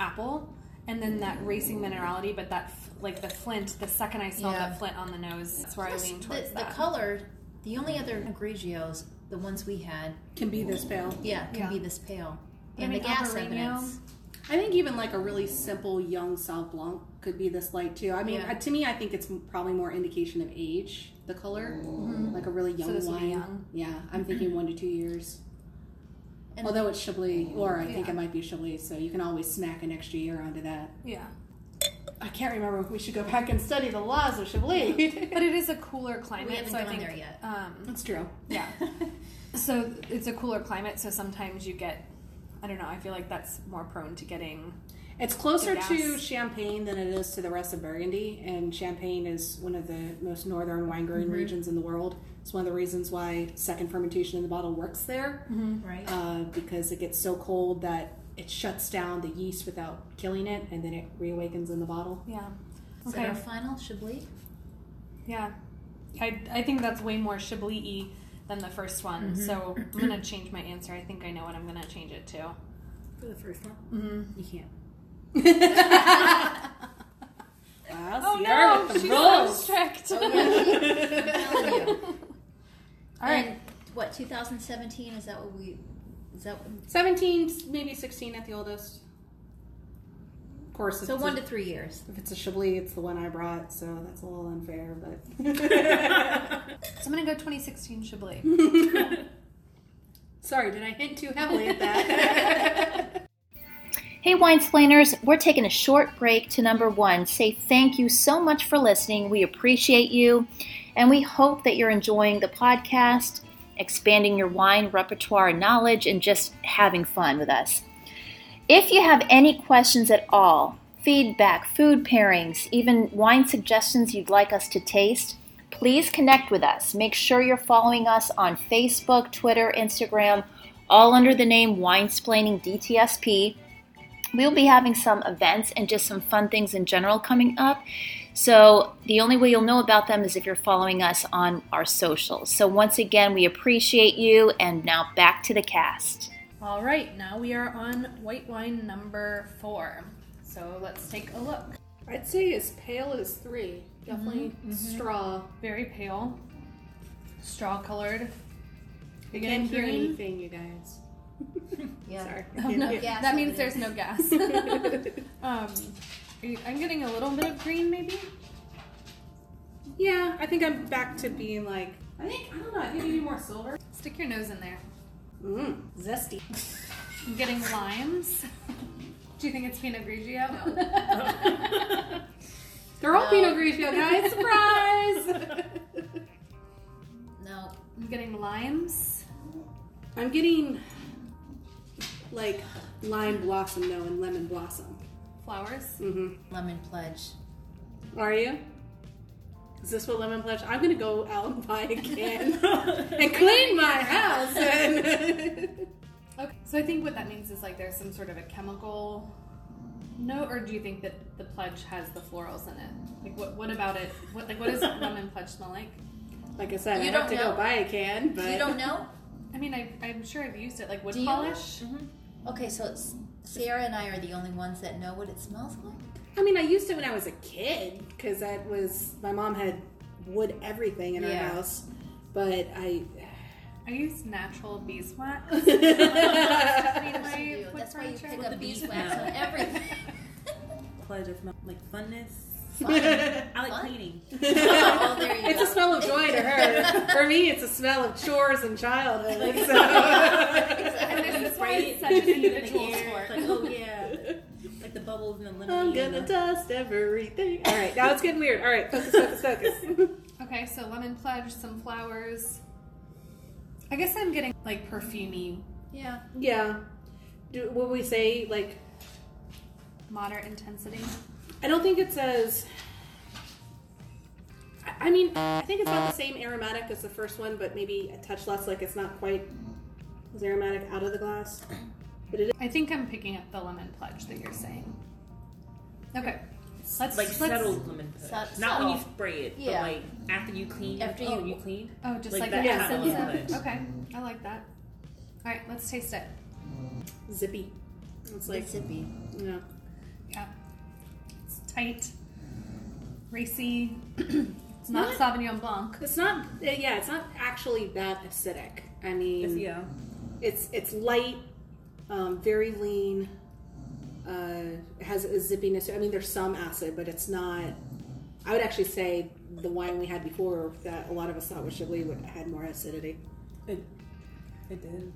[SPEAKER 2] apple, and then that racing minerality, but that f- like the flint. The second I smell
[SPEAKER 6] Yeah.
[SPEAKER 2] that flint on the nose, that's where I lean
[SPEAKER 6] the,
[SPEAKER 2] towards
[SPEAKER 6] the
[SPEAKER 2] that.
[SPEAKER 6] color, the only other Egregios, the ones we had,
[SPEAKER 3] Can be this pale.
[SPEAKER 6] yeah, can
[SPEAKER 2] Yeah.
[SPEAKER 6] be this pale.
[SPEAKER 2] I
[SPEAKER 6] and
[SPEAKER 2] mean,
[SPEAKER 6] the gas
[SPEAKER 2] Albarino,
[SPEAKER 6] evidence.
[SPEAKER 3] I think even like a really simple young Sauv Blanc could be this light too. I mean,
[SPEAKER 6] Yeah.
[SPEAKER 3] uh to me, I think it's m- probably more indication of age, the color,
[SPEAKER 2] Mm-hmm.
[SPEAKER 3] like a really young
[SPEAKER 2] this would
[SPEAKER 3] wine.
[SPEAKER 2] be young.
[SPEAKER 3] Yeah, I'm thinking one to two years.
[SPEAKER 6] And-
[SPEAKER 3] Although it's Chablis, or I think
[SPEAKER 2] Yeah.
[SPEAKER 3] it might be Chablis, so you can always smack an extra year onto that.
[SPEAKER 2] yeah.
[SPEAKER 3] I can't remember if we should go back and study the laws of Chablis.
[SPEAKER 2] But it is a cooler climate.
[SPEAKER 6] We haven't
[SPEAKER 2] so I
[SPEAKER 6] gone
[SPEAKER 2] think,
[SPEAKER 6] there yet.
[SPEAKER 2] Um,
[SPEAKER 3] That's true.
[SPEAKER 2] yeah. so it's a cooler climate, so sometimes you get, I don't know, I feel like that's more prone to getting.
[SPEAKER 3] It's closer
[SPEAKER 2] The
[SPEAKER 3] to
[SPEAKER 2] gas.
[SPEAKER 3] Champagne than it is to the rest of Burgundy, and Champagne is one of the most northern wine growing
[SPEAKER 6] Mm-hmm.
[SPEAKER 3] regions in the world. It's one of the reasons why second fermentation in the bottle works there,
[SPEAKER 2] Mm,
[SPEAKER 6] Right.
[SPEAKER 3] uh, because it gets so cold that it shuts down the yeast without killing it, and then it reawakens in the bottle.
[SPEAKER 2] Yeah.
[SPEAKER 6] Is that our final Chablis?
[SPEAKER 2] Yeah. I, I think that's way more Chablis than the first one,
[SPEAKER 3] Mm-hmm.
[SPEAKER 2] so I'm going to change my answer. I think I know what I'm going to change it to.
[SPEAKER 5] For the first one,
[SPEAKER 3] Mm-hmm.
[SPEAKER 5] you can't.
[SPEAKER 3] Wow,
[SPEAKER 2] Oh,
[SPEAKER 3] Sierra
[SPEAKER 2] no!
[SPEAKER 3] with the
[SPEAKER 2] She's
[SPEAKER 3] rules.
[SPEAKER 2] so strict. All right.
[SPEAKER 6] And what, 2017? Is that what we. Is that what,
[SPEAKER 3] 17, maybe 16 at the oldest. Of course,
[SPEAKER 6] so
[SPEAKER 3] it's
[SPEAKER 6] one
[SPEAKER 3] a-
[SPEAKER 6] to three years.
[SPEAKER 3] if it's a Chablis, it's the one I brought, so that's a little unfair, but.
[SPEAKER 2] So I'm going to go 2016 Chablis.
[SPEAKER 3] Sorry, did I hint too heavily at that?
[SPEAKER 4] Hey, wine splainers, we're taking a short break to number one. Say thank you so much for listening. We appreciate you, and we hope that you're enjoying the podcast, expanding your wine repertoire and knowledge, and just having fun with us. If you have any questions at all, feedback, food pairings, even wine suggestions you'd like us to taste, please connect with us. Make sure you're following us on Facebook, Twitter, Instagram, all under the name Winesplaining DTSP. We'll be having some events and just some fun things in general coming up. So, the only way you'll know about them is if you're following us on our socials. So, once again, we appreciate you. And now back to the cast.
[SPEAKER 2] All right, now we are on white wine number four. So let's take a look.
[SPEAKER 3] I'd say as pale as three. Definitely straw.
[SPEAKER 2] Very pale, straw colored.
[SPEAKER 3] You
[SPEAKER 2] Beginning
[SPEAKER 3] can't hear
[SPEAKER 2] green.
[SPEAKER 3] anything, you guys.
[SPEAKER 6] Yeah.
[SPEAKER 3] Sorry.
[SPEAKER 2] Oh, No,
[SPEAKER 6] gas
[SPEAKER 2] that means
[SPEAKER 6] evidence.
[SPEAKER 2] there's no gas. um, are you- I'm getting a little bit of green, maybe.
[SPEAKER 3] Yeah, I think I'm back to being like. I think I don't know. I think maybe more silver.
[SPEAKER 2] Stick your nose in there.
[SPEAKER 3] Mmm, zesty.
[SPEAKER 2] I'm getting limes. Do you think it's Pinot Grigio?
[SPEAKER 3] They're all Pinot Grigio, guys. Surprise!
[SPEAKER 6] No.
[SPEAKER 2] I'm getting limes.
[SPEAKER 3] I'm getting like lime blossom though, and lemon blossom.
[SPEAKER 2] Flowers.
[SPEAKER 3] Mm-hmm.
[SPEAKER 6] Lemon pledge.
[SPEAKER 3] Are you? Is this what lemon pledge? I'm gonna go out and buy a can and clean my house. and-
[SPEAKER 2] Okay. So I think what that means is like there's some sort of a chemical note, or do you think that the pledge has the florals in it? Like what? What about it? What like what does lemon pledge smell like?
[SPEAKER 3] like I said,
[SPEAKER 6] You
[SPEAKER 3] I have
[SPEAKER 6] don't
[SPEAKER 3] to
[SPEAKER 6] know.
[SPEAKER 3] go buy a can, but
[SPEAKER 6] You don't know?
[SPEAKER 2] I mean, I, I'm sure I've used it like wood
[SPEAKER 6] Do you? Mm-hmm.
[SPEAKER 2] polish.
[SPEAKER 6] Okay, so it's, Sierra and I are the only ones that know what it smells like.
[SPEAKER 3] I mean, I used it when I was a kid because that was my mom had wood everything in her
[SPEAKER 6] Yeah.
[SPEAKER 3] house, but I
[SPEAKER 2] I use natural beeswax. Clean my
[SPEAKER 6] You do.
[SPEAKER 2] wood
[SPEAKER 6] That's why you
[SPEAKER 2] furniture.
[SPEAKER 6] pick up beeswax on everything.
[SPEAKER 5] Pledge of my- like funness.
[SPEAKER 6] Fun.
[SPEAKER 5] I like
[SPEAKER 6] Fun.
[SPEAKER 5] cleaning.
[SPEAKER 6] Oh, there you
[SPEAKER 3] it's
[SPEAKER 6] go.
[SPEAKER 3] a smell of joy to her. For me, it's a smell of chores and childhood. So.
[SPEAKER 2] And this is why it's such an individual
[SPEAKER 5] It's
[SPEAKER 2] sport.
[SPEAKER 5] like, oh yeah. Like
[SPEAKER 6] like the bubbles and the lemonade.
[SPEAKER 3] I'm
[SPEAKER 6] and
[SPEAKER 3] gonna
[SPEAKER 6] the-
[SPEAKER 3] dust everything. All right, now it's getting weird. All right, focus, focus, focus.
[SPEAKER 2] Okay, so lemon pledge, some flowers. I guess I'm getting like perfumey,
[SPEAKER 6] yeah.
[SPEAKER 3] yeah. Do, what we say, like,
[SPEAKER 2] moderate intensity.
[SPEAKER 3] I don't think it says. I I mean, I think it's about the same aromatic as the first one, but maybe a touch less. Like it's not quite as aromatic out of the glass.
[SPEAKER 2] I think I'm picking up the lemon pledge that you're saying. Okay, let's
[SPEAKER 5] like
[SPEAKER 2] let's,
[SPEAKER 5] settled lemon pledge.
[SPEAKER 6] Set-
[SPEAKER 5] Not when you
[SPEAKER 6] settle.
[SPEAKER 5] spray it,
[SPEAKER 7] Yeah.
[SPEAKER 5] but like after you clean.
[SPEAKER 6] After
[SPEAKER 5] oh,
[SPEAKER 6] you-
[SPEAKER 5] you clean.
[SPEAKER 2] Oh, just
[SPEAKER 5] Like
[SPEAKER 2] like,
[SPEAKER 5] that
[SPEAKER 2] the
[SPEAKER 5] kind of
[SPEAKER 2] essence
[SPEAKER 5] lemon
[SPEAKER 2] of-
[SPEAKER 5] pledge.
[SPEAKER 2] Okay, I like that. All right, let's taste it.
[SPEAKER 3] Zippy. It's like
[SPEAKER 6] Mississippi.
[SPEAKER 3] yeah.
[SPEAKER 2] Yeah, it's tight, racy. it's not Sauvignon Blanc.
[SPEAKER 3] It's not. uh, Yeah, it's not actually that acidic. I mean,
[SPEAKER 5] It's- yeah.
[SPEAKER 3] it's it's light, um, very lean. Uh, it has a zippiness. I mean, there's some acid, but it's not. I would actually say the wine we had before that a lot of us thought was Chablis would- had more acidity.
[SPEAKER 5] It, it did.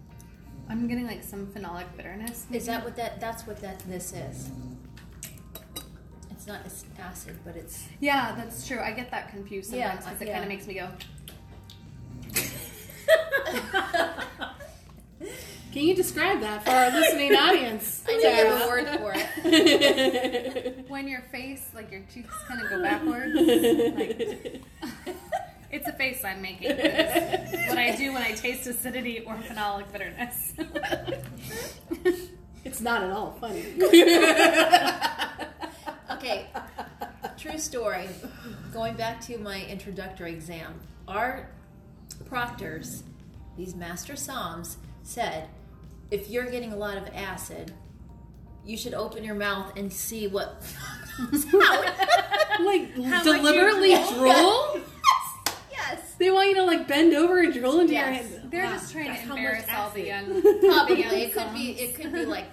[SPEAKER 2] I'm getting like some phenolic bitterness.
[SPEAKER 6] Is that what that? That's what that. This is. It's not it's acid, but it's
[SPEAKER 2] Yeah, that's true. I get that confused
[SPEAKER 6] Yeah,
[SPEAKER 2] sometimes because it
[SPEAKER 6] yeah.
[SPEAKER 2] kind of makes me go.
[SPEAKER 3] Can you describe that for our listening audience?
[SPEAKER 6] I don't have a word for it.
[SPEAKER 2] When your face, like your cheeks, kind of go backwards. like, it's a face I'm making. It's what I do when I taste acidity or phenolic bitterness.
[SPEAKER 3] It's not at all funny.
[SPEAKER 6] Okay. True story. Going back to my introductory exam, our proctors, these master psalms, said if you're getting a lot of acid, you should open your mouth and see what comes out.
[SPEAKER 3] like
[SPEAKER 6] much you
[SPEAKER 3] deliberately
[SPEAKER 6] drool?
[SPEAKER 3] drool.
[SPEAKER 6] yes,
[SPEAKER 3] They want you to like bend over and drool into your
[SPEAKER 6] Yes.
[SPEAKER 3] hand.
[SPEAKER 2] They're just trying to
[SPEAKER 6] That's how much
[SPEAKER 2] embarrass all the
[SPEAKER 6] acid.
[SPEAKER 2] young.
[SPEAKER 6] probably.
[SPEAKER 2] young
[SPEAKER 6] It could be. It could be like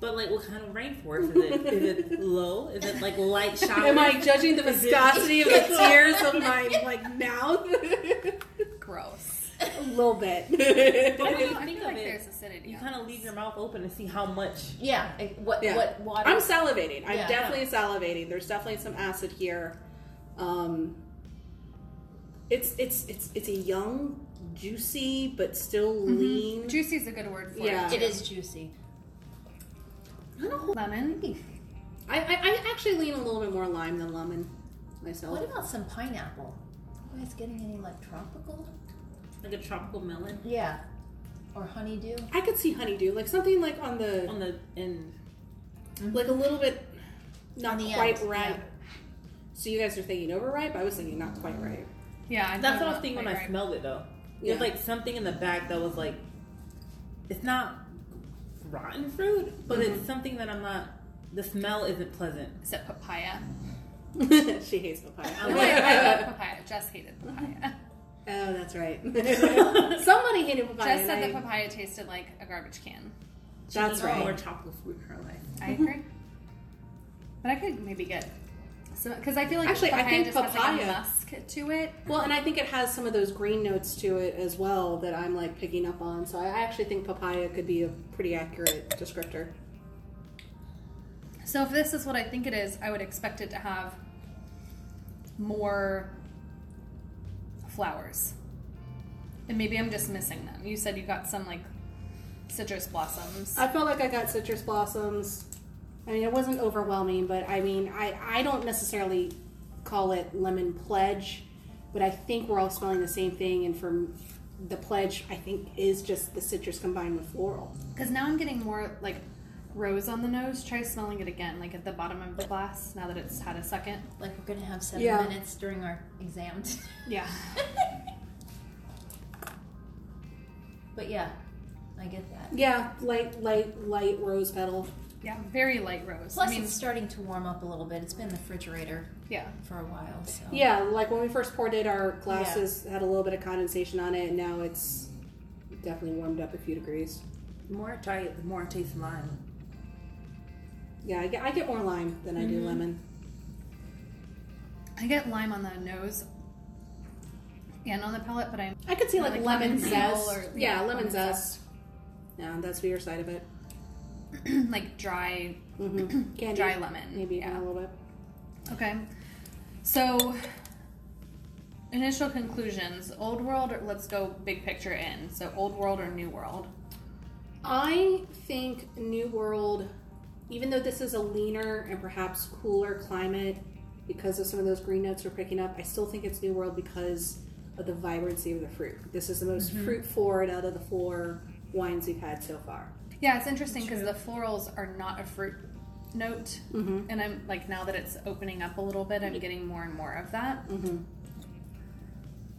[SPEAKER 5] But like, what kind of rainforest is it? Is it low? Is it like light shower?
[SPEAKER 3] Am I judging the viscosity of the tears of my like mouth?
[SPEAKER 2] Gross.
[SPEAKER 3] a little bit.
[SPEAKER 5] But when
[SPEAKER 2] I,
[SPEAKER 5] you
[SPEAKER 2] don't know, I
[SPEAKER 5] think
[SPEAKER 2] feel
[SPEAKER 5] of
[SPEAKER 2] like
[SPEAKER 5] it,
[SPEAKER 2] there's acidity.
[SPEAKER 5] you
[SPEAKER 2] on
[SPEAKER 5] kind of
[SPEAKER 2] this.
[SPEAKER 5] leave your mouth open to see how much.
[SPEAKER 6] yeah. it- eh, What
[SPEAKER 3] Yeah.
[SPEAKER 6] what water?
[SPEAKER 3] I'm salivating. I'm
[SPEAKER 6] Yeah.
[SPEAKER 3] definitely salivating. There's definitely some acid here. Um, it's it's it's it's a young, juicy, but still lean.
[SPEAKER 2] Juicy's a good word for
[SPEAKER 3] Yeah.
[SPEAKER 2] it.
[SPEAKER 6] It is juicy.
[SPEAKER 3] Not a whole-
[SPEAKER 2] Lemon.
[SPEAKER 3] I, I I actually lean a little bit more lime than lemon myself.
[SPEAKER 6] What about some pineapple? Are you guys getting any like tropical?
[SPEAKER 5] Like a tropical melon
[SPEAKER 6] Yeah. Or honeydew?
[SPEAKER 3] I could see honeydew, like something like on the
[SPEAKER 5] on the end.
[SPEAKER 3] like a little bit not
[SPEAKER 6] On the
[SPEAKER 3] quite
[SPEAKER 6] end,
[SPEAKER 3] ripe.
[SPEAKER 6] yeah.
[SPEAKER 3] So you guys are thinking overripe. I was thinking not quite ripe.
[SPEAKER 2] Yeah, I
[SPEAKER 5] That's
[SPEAKER 2] thought
[SPEAKER 5] what I was
[SPEAKER 2] about
[SPEAKER 5] thinking when
[SPEAKER 2] quite
[SPEAKER 5] I
[SPEAKER 2] right.
[SPEAKER 5] smelled it though.
[SPEAKER 3] Yeah.
[SPEAKER 5] There's like something in the back that was like, it's not rotten fruit, but
[SPEAKER 3] Mm-hmm.
[SPEAKER 5] it's something that I'm not. The smell isn't pleasant.
[SPEAKER 2] Is it papaya?
[SPEAKER 3] she hates papaya.
[SPEAKER 2] No, I, I love papaya. Jess hated papaya.
[SPEAKER 3] Oh, that's right. Somebody hated papaya.
[SPEAKER 2] Jess
[SPEAKER 3] and
[SPEAKER 2] said
[SPEAKER 3] I-
[SPEAKER 2] the papaya tasted like a garbage can.
[SPEAKER 3] That's
[SPEAKER 5] She needs
[SPEAKER 3] right.
[SPEAKER 5] More tropical fruit in her life.
[SPEAKER 2] I agree. but I could maybe get some because I feel like
[SPEAKER 3] Actually, I
[SPEAKER 2] papaya
[SPEAKER 3] think
[SPEAKER 2] just has like a
[SPEAKER 3] papaya-
[SPEAKER 2] musk to it.
[SPEAKER 3] Well, and I think it has some of those green notes to it as well that I'm like picking up on. So I actually think papaya could be a pretty accurate descriptor.
[SPEAKER 2] So if this is what I think it is, I would expect it to have more flowers. And maybe I'm just missing them. You said you got some like citrus blossoms.
[SPEAKER 3] I felt like I got citrus blossoms. I mean, it wasn't overwhelming, but I mean, I, I don't necessarily call it lemon pledge, but I think we're all smelling the same thing. And for the pledge, I think is just the citrus combined with floral.
[SPEAKER 2] Because now I'm getting more like rose on the nose. Try smelling it again, like at the bottom of the glass, now that it's had a second.
[SPEAKER 6] Like we're gonna have seven
[SPEAKER 3] Yeah.
[SPEAKER 6] minutes during our exam.
[SPEAKER 2] Yeah.
[SPEAKER 6] but yeah, I get that.
[SPEAKER 3] Yeah, light, light, light rose petal.
[SPEAKER 2] Yeah, very light rose.
[SPEAKER 6] Plus,
[SPEAKER 2] I mean,
[SPEAKER 6] it's starting to warm up a little bit. It's been in the refrigerator
[SPEAKER 2] yeah.
[SPEAKER 6] for a while, so
[SPEAKER 3] Yeah, like when we first poured it, our glasses had a little bit of condensation on it, and now it's definitely warmed up a few degrees.
[SPEAKER 5] The more I try it, the more I taste lime.
[SPEAKER 3] Yeah, I get, I get more lime than I do
[SPEAKER 2] Mm-hmm.
[SPEAKER 3] lemon.
[SPEAKER 2] I get lime on the nose and on the palate, but I'm
[SPEAKER 3] I could see
[SPEAKER 2] Yeah,
[SPEAKER 3] like,
[SPEAKER 2] like
[SPEAKER 3] lemon
[SPEAKER 2] lemon peel
[SPEAKER 3] zest.
[SPEAKER 2] or- yeah,
[SPEAKER 3] yeah, lemon
[SPEAKER 2] lemon
[SPEAKER 3] zest. Yeah, that's the your side of it.
[SPEAKER 2] like dry
[SPEAKER 3] Mm-hmm. Candy,
[SPEAKER 2] dry lemon.
[SPEAKER 3] maybe
[SPEAKER 2] yeah.
[SPEAKER 3] a little bit.
[SPEAKER 2] Okay. So, initial conclusions Old World, or let's go big picture in. So, Old World or New World?
[SPEAKER 3] I think New World, even though this is a leaner and perhaps cooler climate because of some of those green notes we're picking up, I still think it's New World because of the vibrancy of the fruit. This is the most
[SPEAKER 2] Mm-hmm.
[SPEAKER 3] fruit forward out of the four wines we've had so far.
[SPEAKER 2] Yeah, it's interesting because the florals are not a fruit note.
[SPEAKER 3] Mm-hmm.
[SPEAKER 2] And I'm like, now that it's opening up a little bit, I'm getting more and more of that.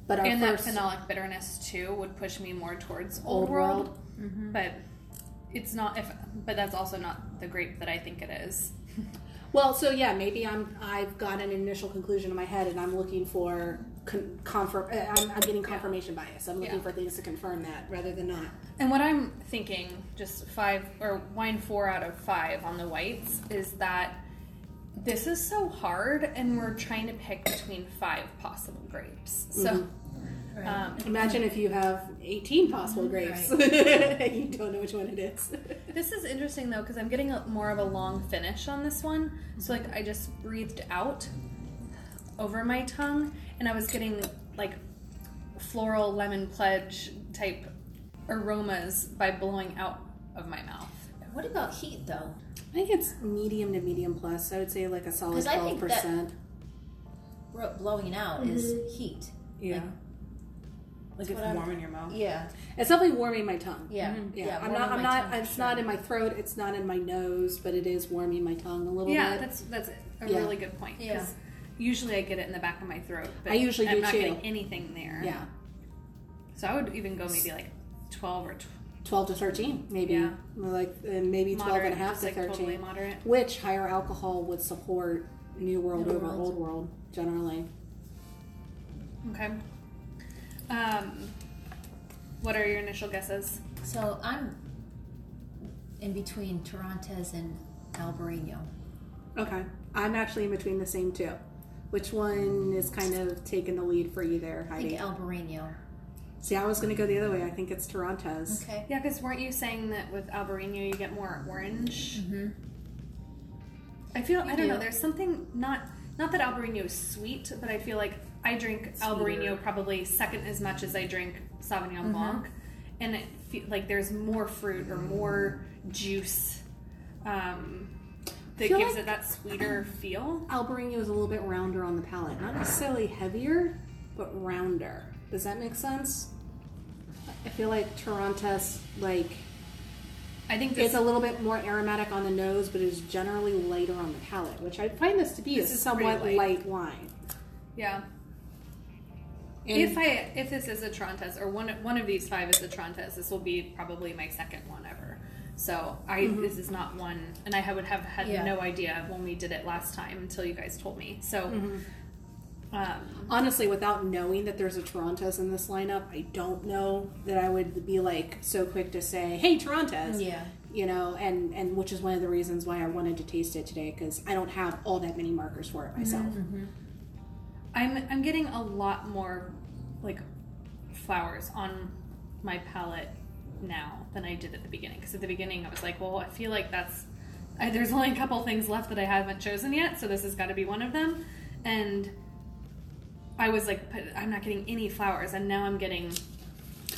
[SPEAKER 3] But our
[SPEAKER 2] And that
[SPEAKER 3] first
[SPEAKER 2] phenolic bitterness, too, would push me more towards Old,
[SPEAKER 3] Old
[SPEAKER 2] World.
[SPEAKER 3] World.
[SPEAKER 2] But it's not, if, but that's also not the grape that I think it is.
[SPEAKER 3] Well, so yeah, maybe I'm I've got an initial conclusion in my head, and I'm looking for con- confirm. uh, I'm, I'm getting confirmation bias. I'm looking
[SPEAKER 2] Yeah.
[SPEAKER 3] for things to confirm that rather than not.
[SPEAKER 2] And what I'm thinking, just five or wine four out of five on the whites, is that this is so hard, and we're trying to pick between five possible grapes. So, um,
[SPEAKER 3] Imagine if you have 18 possible grapes, you don't know which one it is.
[SPEAKER 2] this is interesting though, because I'm getting a, more of a long finish on this one. So, like, I just breathed out over my tongue, and I was getting like floral lemon pledge type aromas by blowing out of my mouth.
[SPEAKER 4] What about heat though?
[SPEAKER 3] I think it's medium to medium plus. I would say like a solid
[SPEAKER 4] 'Cause I
[SPEAKER 3] twelve
[SPEAKER 4] think
[SPEAKER 3] percent.
[SPEAKER 4] Bro- Blowing out
[SPEAKER 3] Mm-hmm.
[SPEAKER 4] is heat.
[SPEAKER 5] Yeah. Like, it's
[SPEAKER 4] what I'm-
[SPEAKER 5] warm in your mouth.
[SPEAKER 4] Yeah.
[SPEAKER 3] It's definitely warming my tongue.
[SPEAKER 4] Yeah.
[SPEAKER 3] Mm-hmm. Yeah, I'm
[SPEAKER 4] warming
[SPEAKER 3] not. I'm
[SPEAKER 4] my
[SPEAKER 3] not.
[SPEAKER 4] tongue,
[SPEAKER 3] it's
[SPEAKER 4] sure.
[SPEAKER 3] not in my throat. It's not in my nose, but it is warming my tongue a little
[SPEAKER 2] Yeah,
[SPEAKER 3] bit.
[SPEAKER 2] that's that's a
[SPEAKER 3] Yeah.
[SPEAKER 2] really good point. 'cause
[SPEAKER 4] Yeah.
[SPEAKER 2] Usually I get it in the back of my throat, but
[SPEAKER 3] I usually
[SPEAKER 2] I'm
[SPEAKER 3] do
[SPEAKER 2] not
[SPEAKER 3] too.
[SPEAKER 2] getting anything there.
[SPEAKER 3] yeah,
[SPEAKER 2] So I would even go maybe like 12 or 12.
[SPEAKER 3] twelve to thirteen, maybe.
[SPEAKER 2] Yeah.
[SPEAKER 3] Like uh, maybe twelve
[SPEAKER 2] moderate,
[SPEAKER 3] and a half
[SPEAKER 2] just,
[SPEAKER 3] to
[SPEAKER 2] like
[SPEAKER 3] thirteen.
[SPEAKER 2] totally moderate.
[SPEAKER 3] Which higher alcohol would support New World over
[SPEAKER 4] World.
[SPEAKER 3] Old World generally?
[SPEAKER 2] Okay. Um, what are your initial guesses?
[SPEAKER 4] So I'm in between Torontes and Albarino.
[SPEAKER 3] Okay, I'm actually in between the same two. Which one is kind of taking the lead for you there,
[SPEAKER 4] I
[SPEAKER 3] Heidi?
[SPEAKER 4] think Albarino.
[SPEAKER 3] See, I was going to go the other way. I think it's Toronto's.
[SPEAKER 4] Okay.
[SPEAKER 2] Yeah, because weren't you saying that with Albarino you get more orange? Mm-hmm. I feel I don't know.
[SPEAKER 4] do.
[SPEAKER 2] There's something not not that Albarino is sweet, but I feel like I drink Albarino probably second as much as I drink Sauvignon
[SPEAKER 3] Mm-hmm.
[SPEAKER 2] Blanc, and it feel, like there's more fruit or more juice um, that
[SPEAKER 3] Feel
[SPEAKER 2] gives
[SPEAKER 3] like-
[SPEAKER 2] it that sweeter feel.
[SPEAKER 3] Albarino is a little bit rounder on the palate. Not necessarily heavier, but rounder. Does that make sense? I feel like Toronto's like
[SPEAKER 2] I think this
[SPEAKER 3] it's a little bit more aromatic on the nose, but is generally lighter on the palate, which I find this to be
[SPEAKER 2] This
[SPEAKER 3] a
[SPEAKER 2] is pretty
[SPEAKER 3] somewhat
[SPEAKER 2] light.
[SPEAKER 3] light. wine.
[SPEAKER 2] yeah.
[SPEAKER 3] And-
[SPEAKER 2] if I if this is a Trontes or one one of these five is a Trontes, this will be probably my second one ever. So I this is not one, and I would have had
[SPEAKER 4] Yeah.
[SPEAKER 2] no idea when we did it last time until you guys told me. So um,
[SPEAKER 3] honestly, without knowing that there's a Toronto's in this lineup, I don't know that I would be like so quick to say, "Hey, Toronto's."
[SPEAKER 4] Yeah.
[SPEAKER 3] You know, and and which is one of the reasons why I wanted to taste it today because I don't have all that many markers for it myself.
[SPEAKER 2] I'm I'm getting a lot more like flowers on my palette now than I did at the beginning. Because at the beginning I was like, well, I feel like that's I, there's only a couple things left that I haven't chosen yet, so this has got to be one of them. And I was like, but I'm not getting any flowers, and now I'm getting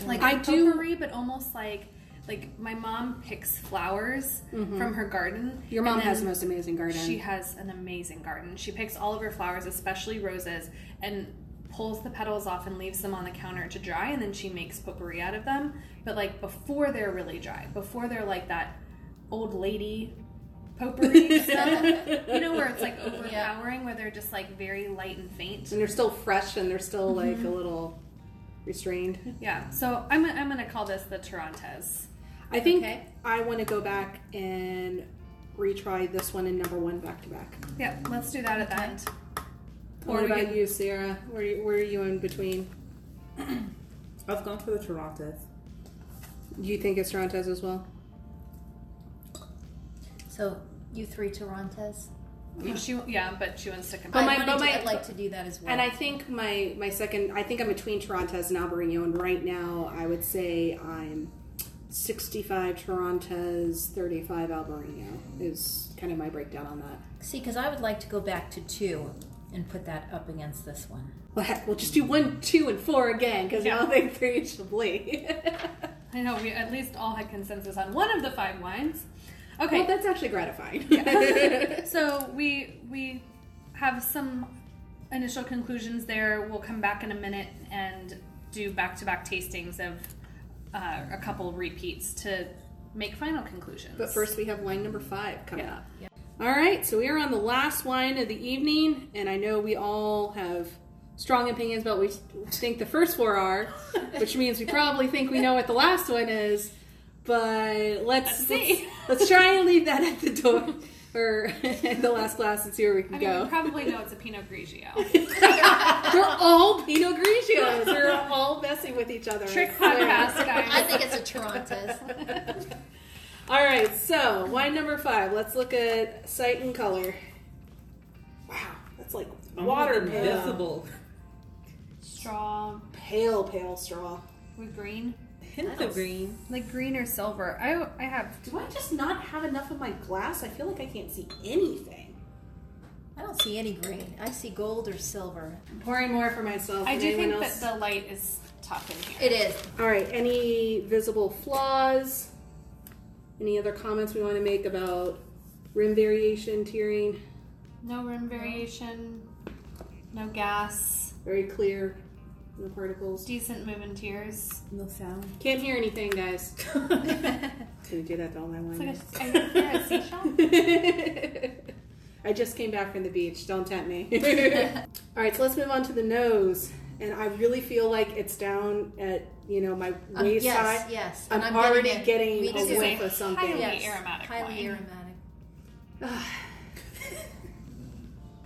[SPEAKER 2] like
[SPEAKER 3] I
[SPEAKER 2] I
[SPEAKER 3] do-
[SPEAKER 2] potpourri, but almost like like my mom picks flowers
[SPEAKER 3] Mm-hmm.
[SPEAKER 2] from her garden.
[SPEAKER 3] Your
[SPEAKER 2] and
[SPEAKER 3] mom has the
[SPEAKER 2] then-
[SPEAKER 3] most amazing garden.
[SPEAKER 2] she has an amazing garden. She picks all of her flowers, especially roses, and pulls the petals off and leaves them on the counter to dry, and then she makes potpourri out of them. But like before they're really dry, before they're like that old lady potpourri stuff, you know, where it's like overpowering, where they're just like very light and faint.
[SPEAKER 3] and they're still fresh and they're still like a little restrained.
[SPEAKER 2] Yeah. So I'm I'm gonna call this the Torontes.
[SPEAKER 3] I think
[SPEAKER 4] Okay.
[SPEAKER 3] I want to go back and retry this one and number one back to back.
[SPEAKER 2] Yeah. Let's do that at the
[SPEAKER 4] Okay.
[SPEAKER 2] end. Or
[SPEAKER 3] What
[SPEAKER 2] we
[SPEAKER 3] about
[SPEAKER 2] could-
[SPEAKER 3] you, Sarah? Where, you- where are you in between?
[SPEAKER 5] I was going for the Torontes.
[SPEAKER 3] Do you think it's Toronto's as well?
[SPEAKER 4] So you three Torontes.
[SPEAKER 2] And she yeah, but she wants to compare.
[SPEAKER 3] But
[SPEAKER 4] I
[SPEAKER 3] Oh, my-
[SPEAKER 4] wanted
[SPEAKER 3] but my-
[SPEAKER 4] to, I'd like to do that as well.
[SPEAKER 3] And I think my my second, I think I'm between Toronto's and Albarino, and right now I would say I'm 65 Toronto's, 35 Albarino is kind of my breakdown on that.
[SPEAKER 4] See, because I would like to go back to two and put that up against this one.
[SPEAKER 3] Well, heck, we'll just do one, two, and four again because now they three is Chablis.
[SPEAKER 2] I know we at least all had consensus on one of the five wines. Okay,
[SPEAKER 3] well, that's actually gratifying.
[SPEAKER 2] so we we have some initial conclusions there. We'll come back in a minute and do back to back tastings of uh, a couple repeats to make final conclusions.
[SPEAKER 3] But first, we have wine number five coming up. All right, so we are on the last wine of the evening, and I know we all have strong opinions about what we think the first four are, which means we probably think we know what the last one is. But let's see. Let's, let's try and leave that at the door or at the last glass and see where we can
[SPEAKER 2] I mean,
[SPEAKER 3] go.
[SPEAKER 2] you probably know it's a Pinot Grigio.
[SPEAKER 3] They're all Pinot Grigios. They're all messing with each other.
[SPEAKER 2] Trick
[SPEAKER 3] I swear.
[SPEAKER 2] podcast, guys.
[SPEAKER 6] I think it's a Toronto's.
[SPEAKER 3] All right, so wine number five. Let's look at sight and color. Wow, that's like water
[SPEAKER 5] Almost
[SPEAKER 3] pale,
[SPEAKER 5] invisible.
[SPEAKER 2] Straw
[SPEAKER 3] pale, pale straw.
[SPEAKER 2] with green,
[SPEAKER 5] Hint of green.
[SPEAKER 2] like green or silver. I I have
[SPEAKER 3] Do I just not have enough of my glass? I feel like I can't see anything.
[SPEAKER 4] I don't see any green. I see gold or silver.
[SPEAKER 3] I'm pouring more for myself.
[SPEAKER 2] I
[SPEAKER 3] than
[SPEAKER 2] do think
[SPEAKER 3] anyone else.
[SPEAKER 2] that the light is tough in here.
[SPEAKER 4] It is.
[SPEAKER 3] All right, any visible flaws? Any other comments we want to make about rim variation, tiering?
[SPEAKER 2] No rim variation, no gas,
[SPEAKER 3] Very clear, no particles.
[SPEAKER 2] decent move in tears.
[SPEAKER 4] No sound.
[SPEAKER 3] Can't hear anything, guys. Can we do that to all my wine?
[SPEAKER 2] It's like a, I think they're a seashell.
[SPEAKER 3] I just came back from the beach. Don't tempt me. All right, so let's move on to the nose. And I really feel like it's down at you know my
[SPEAKER 4] Um,
[SPEAKER 3] waist
[SPEAKER 4] yes,
[SPEAKER 3] high.
[SPEAKER 4] yes.
[SPEAKER 3] I'm,
[SPEAKER 4] and
[SPEAKER 3] already
[SPEAKER 4] it.
[SPEAKER 3] getting,
[SPEAKER 4] We
[SPEAKER 2] This
[SPEAKER 3] a
[SPEAKER 2] is
[SPEAKER 3] whiff
[SPEAKER 2] a
[SPEAKER 3] of something.
[SPEAKER 2] highly
[SPEAKER 4] Yes.
[SPEAKER 2] aromatic
[SPEAKER 4] Highly
[SPEAKER 2] wine.
[SPEAKER 4] aromatic.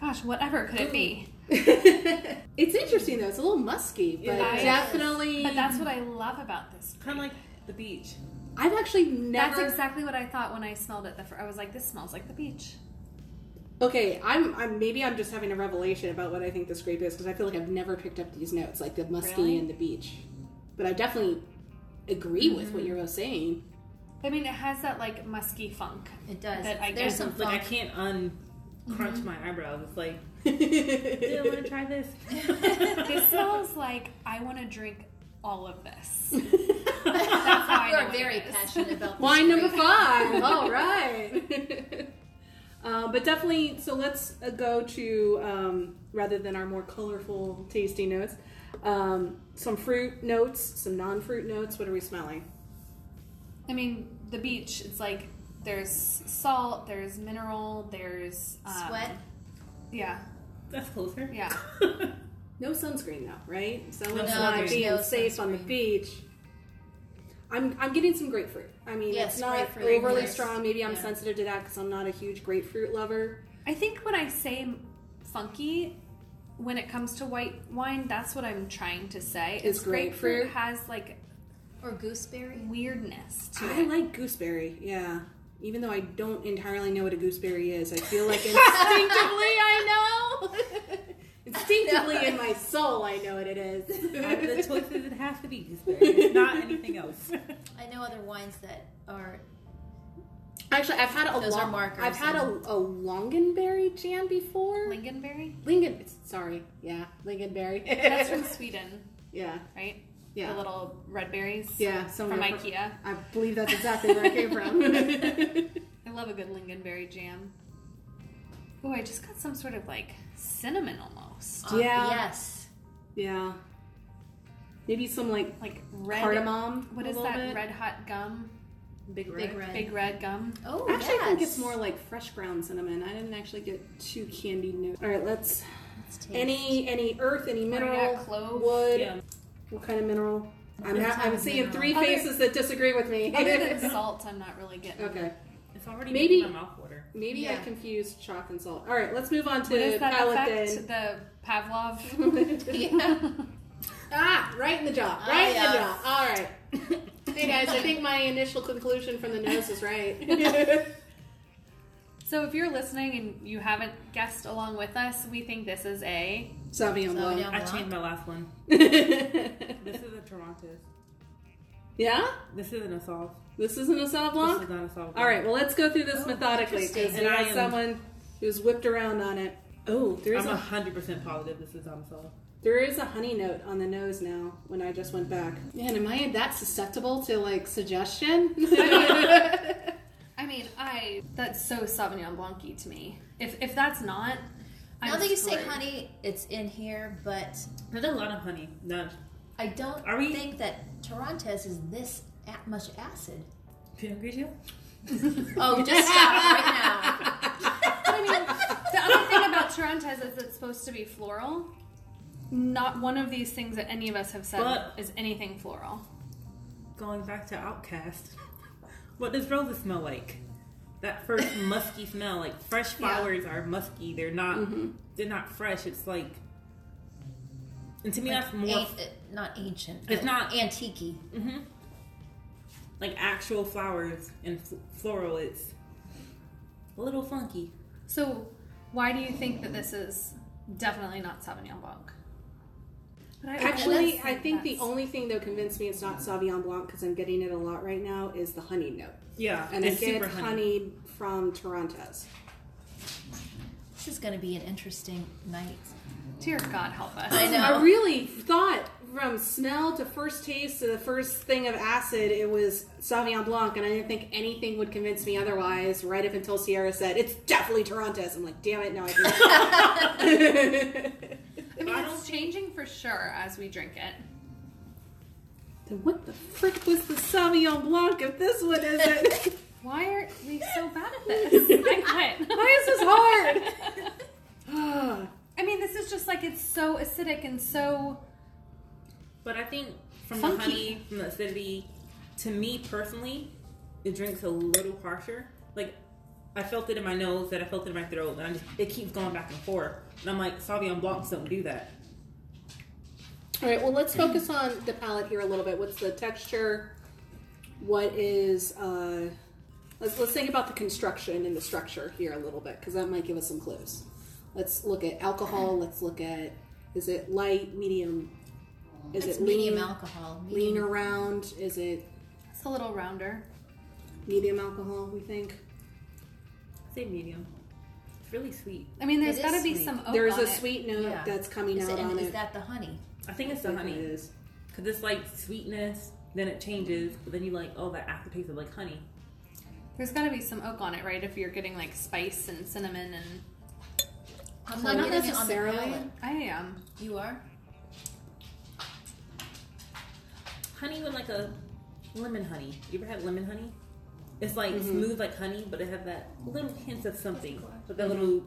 [SPEAKER 2] Gosh, whatever could it be?
[SPEAKER 3] it's interesting though. It's a little musky, but
[SPEAKER 5] Yeah,
[SPEAKER 2] it
[SPEAKER 3] definitely.
[SPEAKER 2] But that's what I love about this.
[SPEAKER 5] Kind of like the beach.
[SPEAKER 3] I've actually never.
[SPEAKER 2] That's exactly what I thought when I smelled it. The fir- I was like, this smells like the beach.
[SPEAKER 3] okay, I'm, I'm. Maybe I'm just having a revelation about what I think this grape is because I feel like I've never picked up these notes like the musky
[SPEAKER 2] Really?
[SPEAKER 3] and the beach. But I definitely agree with what you were saying.
[SPEAKER 2] I mean, it has that like musky funk.
[SPEAKER 4] It does.
[SPEAKER 2] That I
[SPEAKER 4] There's
[SPEAKER 2] guess
[SPEAKER 4] some
[SPEAKER 2] is
[SPEAKER 5] Like I
[SPEAKER 4] funk.
[SPEAKER 5] can't uncrunch
[SPEAKER 3] Mm-hmm.
[SPEAKER 5] my eyebrows. It's like, do I want to try this?
[SPEAKER 2] This smells like I want to drink all of this.
[SPEAKER 3] Wine
[SPEAKER 2] That's how I
[SPEAKER 4] you
[SPEAKER 2] know
[SPEAKER 4] are
[SPEAKER 2] what it
[SPEAKER 4] very
[SPEAKER 2] is.
[SPEAKER 4] passionate about this
[SPEAKER 3] number
[SPEAKER 4] grape.
[SPEAKER 3] five. All right. Uh, but definitely, so let's uh, go to um, rather than our more colorful tasty notes, um, some fruit notes, some non-fruit notes. What are we smelling?
[SPEAKER 2] I mean, the beach. It's like there's salt, there's mineral, there's um,
[SPEAKER 4] Sweat.
[SPEAKER 2] Yeah,
[SPEAKER 5] That's closer.
[SPEAKER 2] yeah.
[SPEAKER 3] No sunscreen though, right? So no
[SPEAKER 5] No
[SPEAKER 3] not
[SPEAKER 5] sunscreen.
[SPEAKER 3] being
[SPEAKER 4] No
[SPEAKER 3] safe on the
[SPEAKER 4] sunscreen.
[SPEAKER 3] beach. I'm, I'm getting some grapefruit. I mean,
[SPEAKER 4] Yes,
[SPEAKER 3] it's not
[SPEAKER 4] grapefruit,
[SPEAKER 3] overly
[SPEAKER 4] yes.
[SPEAKER 3] strong. Maybe I'm
[SPEAKER 4] Yeah.
[SPEAKER 3] sensitive to that because I'm not a huge grapefruit lover.
[SPEAKER 2] I think when I say funky, when it comes to white wine, that's what I'm trying to say.
[SPEAKER 3] Is
[SPEAKER 2] Is
[SPEAKER 3] grapefruit-
[SPEAKER 2] has like
[SPEAKER 4] Or gooseberry.
[SPEAKER 2] weirdness to
[SPEAKER 3] I
[SPEAKER 2] it.
[SPEAKER 3] like gooseberry, yeah. Even though I don't entirely know what a gooseberry is, I feel like instinctively I know. instinctively in my soul, I know what it
[SPEAKER 5] Out of Uh, the
[SPEAKER 3] is.
[SPEAKER 5] choices, it has to be gooseberry, not anything else.
[SPEAKER 4] I know other wines that are.
[SPEAKER 3] Actually, I've had a
[SPEAKER 4] Those are
[SPEAKER 3] lo-
[SPEAKER 4] markers,
[SPEAKER 3] I've had a, a longanberry jam before.
[SPEAKER 2] Lingonberry.
[SPEAKER 3] Lingon, sorry, yeah, lingonberry.
[SPEAKER 2] That's from Sweden,
[SPEAKER 3] yeah,
[SPEAKER 2] right?
[SPEAKER 3] yeah,
[SPEAKER 2] The little red berries.
[SPEAKER 3] yeah. Somewhere
[SPEAKER 2] From IKEA.
[SPEAKER 3] I believe that's exactly where I came from.
[SPEAKER 2] I love a good lingonberry jam. Oh, I just got some sort of like cinnamon almost.
[SPEAKER 4] Um,
[SPEAKER 3] Yeah.
[SPEAKER 4] Yes.
[SPEAKER 3] yeah, maybe some like
[SPEAKER 2] Like red.
[SPEAKER 3] cardamom.
[SPEAKER 2] What
[SPEAKER 3] a
[SPEAKER 2] is
[SPEAKER 3] little
[SPEAKER 2] that
[SPEAKER 3] bit.
[SPEAKER 2] red hot gum?
[SPEAKER 5] Big red.
[SPEAKER 4] Big red.
[SPEAKER 2] Big red gum.
[SPEAKER 4] Oh,
[SPEAKER 3] Actually, I think
[SPEAKER 4] yes.
[SPEAKER 3] it's more like fresh ground cinnamon. I didn't actually get too candied notes. All right, let's
[SPEAKER 4] Let's taste.
[SPEAKER 3] any any earth, any
[SPEAKER 2] What do we
[SPEAKER 3] mineral,
[SPEAKER 2] got? Clove?
[SPEAKER 3] wood.
[SPEAKER 5] Yeah.
[SPEAKER 3] What kind of mineral? I'm
[SPEAKER 4] What
[SPEAKER 3] ha-
[SPEAKER 4] type
[SPEAKER 3] I'm
[SPEAKER 4] of
[SPEAKER 3] seeing
[SPEAKER 4] mineral?
[SPEAKER 3] three
[SPEAKER 2] Other-
[SPEAKER 3] faces that disagree with me.
[SPEAKER 2] Other than salt, I'm not really getting.
[SPEAKER 3] okay,
[SPEAKER 5] It's already
[SPEAKER 3] Maybe-
[SPEAKER 5] making my mouth water.
[SPEAKER 3] maybe I
[SPEAKER 4] Yeah.
[SPEAKER 3] confused chalk and salt. All right, let's move on
[SPEAKER 2] What
[SPEAKER 3] to
[SPEAKER 2] is that
[SPEAKER 3] paladin.
[SPEAKER 2] effect? The Pavlov.
[SPEAKER 3] ah, right in the jaw, right in
[SPEAKER 4] yeah.
[SPEAKER 3] the jaw. All right. hey guys, I think my initial conclusion from the nose is right.
[SPEAKER 2] so if you're listening and you haven't guessed along with us, we think this is a.
[SPEAKER 3] Sauvignon
[SPEAKER 4] Sauvignon
[SPEAKER 5] I
[SPEAKER 4] Blanc.
[SPEAKER 5] changed my last one.
[SPEAKER 3] Blanc.
[SPEAKER 5] This is a Toronto's.
[SPEAKER 8] Yeah?
[SPEAKER 5] This isn't a solve.
[SPEAKER 8] This isn't a Sauv
[SPEAKER 5] This
[SPEAKER 8] Blanc?
[SPEAKER 5] is not a solve.
[SPEAKER 8] All right, well, let's go through this
[SPEAKER 4] Oh,
[SPEAKER 8] methodically because
[SPEAKER 4] interesting.
[SPEAKER 8] we
[SPEAKER 5] And I
[SPEAKER 8] have
[SPEAKER 5] am-
[SPEAKER 8] someone who's whipped around on it. Oh, there is
[SPEAKER 5] I'm
[SPEAKER 8] a,
[SPEAKER 5] hundred percent positive this is not a solve.
[SPEAKER 8] there is a honey note on the nose now.
[SPEAKER 3] When I just went back,
[SPEAKER 8] Man, am I that susceptible to like suggestion?
[SPEAKER 2] I mean, I that's so Sauvignon Blancy to me. If if that's not,
[SPEAKER 4] Now
[SPEAKER 2] I'm
[SPEAKER 4] that you say
[SPEAKER 2] screwed.
[SPEAKER 4] honey, it's in here, but
[SPEAKER 5] There's a lot of honey. Not
[SPEAKER 4] I don't
[SPEAKER 5] Are we-
[SPEAKER 4] think that Torontes is this a- much acid.
[SPEAKER 5] Pinot Grigio.
[SPEAKER 4] Oh, just stop right now.
[SPEAKER 2] But I mean, the other thing about Tarantas is it's supposed to be floral. Not one of these things that any of us have said
[SPEAKER 5] But-
[SPEAKER 2] is anything floral.
[SPEAKER 5] Going back to Outcast, what does roses smell like? That first musky smell, like fresh flowers are musky. They're not. They're not fresh. It's like. And to me, that's more
[SPEAKER 4] An- uh, not ancient.
[SPEAKER 5] It's
[SPEAKER 4] but
[SPEAKER 5] not-
[SPEAKER 4] antique.
[SPEAKER 5] like actual flowers and fl- floral. It's a little funky.
[SPEAKER 2] So, why do you think that this is definitely not Sauvignon Blanc? But I
[SPEAKER 3] actually, I think the
[SPEAKER 2] that's-
[SPEAKER 3] only thing that convinced me it's not Sauvignon Blanc because I'm getting it a lot right now is the honey note,
[SPEAKER 5] Yeah,
[SPEAKER 3] and I
[SPEAKER 5] it's
[SPEAKER 3] get
[SPEAKER 5] super
[SPEAKER 3] honey.
[SPEAKER 5] honey.
[SPEAKER 3] from Toronto's.
[SPEAKER 4] This is going to be an interesting night.
[SPEAKER 2] dear God help us.
[SPEAKER 4] I know.
[SPEAKER 3] I really thought from smell to first taste to the first thing of acid, it was Sauvignon Blanc, and I didn't think anything would convince me otherwise. Right up until Sierra said it's definitely Toronto's. I'm like, damn it, now I can.
[SPEAKER 2] I mean, it's changing for sure as we drink it.
[SPEAKER 3] then what the frick was the Sauvignon Blanc if this one isn't?
[SPEAKER 2] Why are we so bad at this? I quit.
[SPEAKER 3] Why is this hard?
[SPEAKER 2] I mean, this is just like it's so acidic and so
[SPEAKER 5] But I think from the
[SPEAKER 2] Funky.
[SPEAKER 5] honey, from the acidity, to me personally, it drinks a little harsher. Like I felt it in my nose, that I felt it in my throat, and I just, it keeps going back and forth. And I'm like, Sauvignon Blancs don't do that.
[SPEAKER 3] All right, well, let's focus on the palate here a little bit. What's the texture? What is. Uh, let's, let's think about the construction and the structure here a little bit because that might give us some clues. Let's look at alcohol. Let's look at is it light, medium? Is
[SPEAKER 4] It's
[SPEAKER 3] it lean,
[SPEAKER 4] medium alcohol.
[SPEAKER 3] Lean
[SPEAKER 4] Medium.
[SPEAKER 3] around? Is it
[SPEAKER 2] it's a little rounder.
[SPEAKER 3] medium alcohol, we think?
[SPEAKER 5] I say medium. It's really sweet.
[SPEAKER 2] I mean, there's
[SPEAKER 4] It
[SPEAKER 2] got to
[SPEAKER 4] is
[SPEAKER 2] be
[SPEAKER 4] sweet.
[SPEAKER 2] some oak
[SPEAKER 3] There's
[SPEAKER 2] on
[SPEAKER 3] a
[SPEAKER 2] it.
[SPEAKER 3] sweet note
[SPEAKER 4] Oh, Yeah.
[SPEAKER 3] that's coming
[SPEAKER 4] Is,
[SPEAKER 3] out
[SPEAKER 4] it,
[SPEAKER 3] on
[SPEAKER 4] and
[SPEAKER 3] it.
[SPEAKER 4] is that the honey?
[SPEAKER 5] I think it's
[SPEAKER 3] I
[SPEAKER 5] the
[SPEAKER 3] think It
[SPEAKER 5] honey
[SPEAKER 3] is.
[SPEAKER 5] because it's like sweetness, then it changes, but then you like, oh, that aftertaste of like honey.
[SPEAKER 2] There's got to be some oak on it, right? If you're getting like spice and cinnamon and
[SPEAKER 4] I'm
[SPEAKER 3] not
[SPEAKER 4] not getting it on the
[SPEAKER 3] necessarily.
[SPEAKER 4] palate.
[SPEAKER 2] I am.
[SPEAKER 4] You are.
[SPEAKER 5] Honey with like a lemon honey. You ever had lemon honey? It's like
[SPEAKER 2] Mm-hmm.
[SPEAKER 5] smooth like honey, but it has that little hint of something. But that little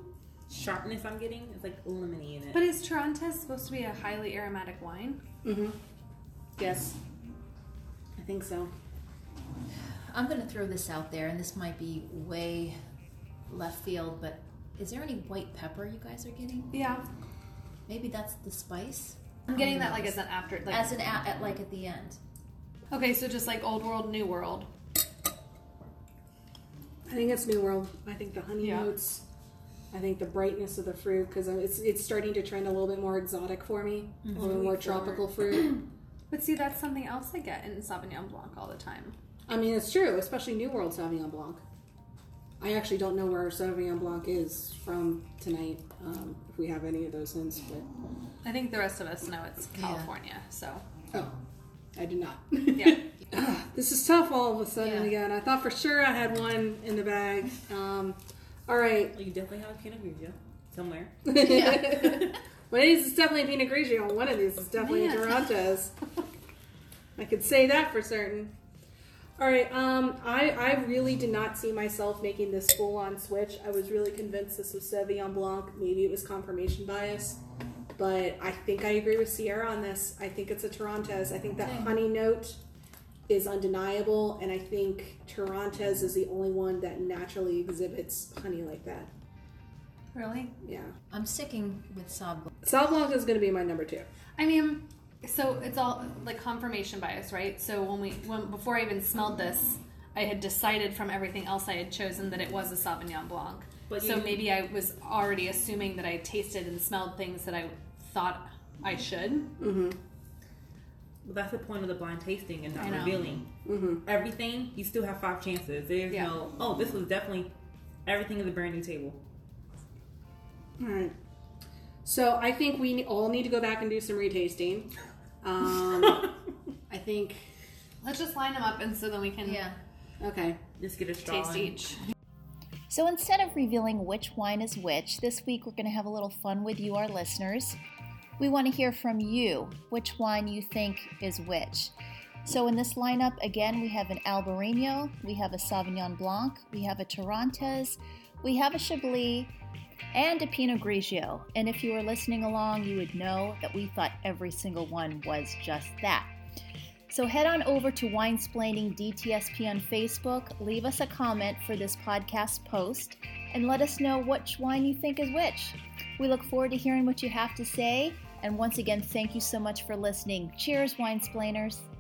[SPEAKER 5] sharpness I'm getting, it's like lemony in it.
[SPEAKER 2] But is Tarantas supposed to be a highly aromatic wine?
[SPEAKER 3] Yes. I think so.
[SPEAKER 4] I'm going to throw this out there, and this might be way left field, but is there any white pepper you guys are getting?
[SPEAKER 2] Yeah,
[SPEAKER 4] Maybe that's the spice.
[SPEAKER 2] I'm getting that like as an after. Like,
[SPEAKER 4] As an a- at like at the end.
[SPEAKER 2] okay, so just like old world, new world.
[SPEAKER 3] I think it's New World. I think the honey
[SPEAKER 2] Yeah.
[SPEAKER 3] notes. I think the brightness of the fruit because it's it's starting to trend a little bit more exotic for me,
[SPEAKER 2] Mm-hmm.
[SPEAKER 3] a little bit more tropical fruit.
[SPEAKER 2] But see, that's something else I get in Sauvignon Blanc all the time.
[SPEAKER 3] I mean, it's true, especially New World Sauvignon Blanc. I actually don't know where Sauvignon Blanc is from tonight, um, if we have any of those hints. But
[SPEAKER 2] I think the rest of us know it's California. So
[SPEAKER 3] oh, I did not.
[SPEAKER 2] yeah,
[SPEAKER 3] This is tough all of a sudden
[SPEAKER 4] Yeah.
[SPEAKER 3] again. I thought for sure I had one in the bag. Um, all right,
[SPEAKER 5] you definitely have a Pinot Grigio somewhere.
[SPEAKER 3] One of these is definitely Pinot Grigio, and one of these is definitely
[SPEAKER 2] Man.
[SPEAKER 3] Toronto's. I could say that for certain. All right, um, I, I really did not see myself making this full on switch. I was really convinced this was Sauvignon Blanc. Maybe it was confirmation bias, but I think I agree with Sierra on this. I think it's a Toronto's. I think that honey note is undeniable, and I think Toronto's is the only one that naturally exhibits honey like that.
[SPEAKER 2] really.
[SPEAKER 3] Yeah.
[SPEAKER 4] I'm sticking with Sauv.
[SPEAKER 3] Sauv Blanc is going to be my number two.
[SPEAKER 2] I mean, so it's all like confirmation bias, right? So when we when before I even smelled this, I had decided from everything else I had chosen that it was a Sauvignon Blanc.
[SPEAKER 5] But
[SPEAKER 2] so
[SPEAKER 5] you-
[SPEAKER 2] maybe I was already assuming that I tasted and smelled things that I thought I should.
[SPEAKER 5] that's the point of the blind tasting and
[SPEAKER 2] I
[SPEAKER 5] not
[SPEAKER 2] know.
[SPEAKER 5] revealing
[SPEAKER 3] Mm-hmm.
[SPEAKER 5] everything. You still have five chances. There's
[SPEAKER 9] Yeah.
[SPEAKER 5] no oh, this was definitely everything is a brand new table.
[SPEAKER 3] All right. So I think we ne- all need to go back and do some retasting. Um, I think.
[SPEAKER 2] Let's just line them up, and so then we can
[SPEAKER 6] Yeah.
[SPEAKER 3] Okay.
[SPEAKER 5] Just get a straw.
[SPEAKER 2] taste
[SPEAKER 5] and-
[SPEAKER 2] each.
[SPEAKER 4] So instead of revealing which wine is which, this week we're going to have a little fun with you, our listeners. We want to hear from you which wine you think is which. So in this lineup, again, we have an Albarino, we have a Sauvignon Blanc, we have a Torontes, we have a Chablis, and a Pinot Grigio. And if you were listening along, you would know that we thought every single one was just that. So head on over to Winesplaining DTSP on Facebook, leave us a comment for this podcast post, and let us know which wine you think is which. We look forward to hearing what you have to say, and once again, thank you so much for listening. Cheers, Winesplainers!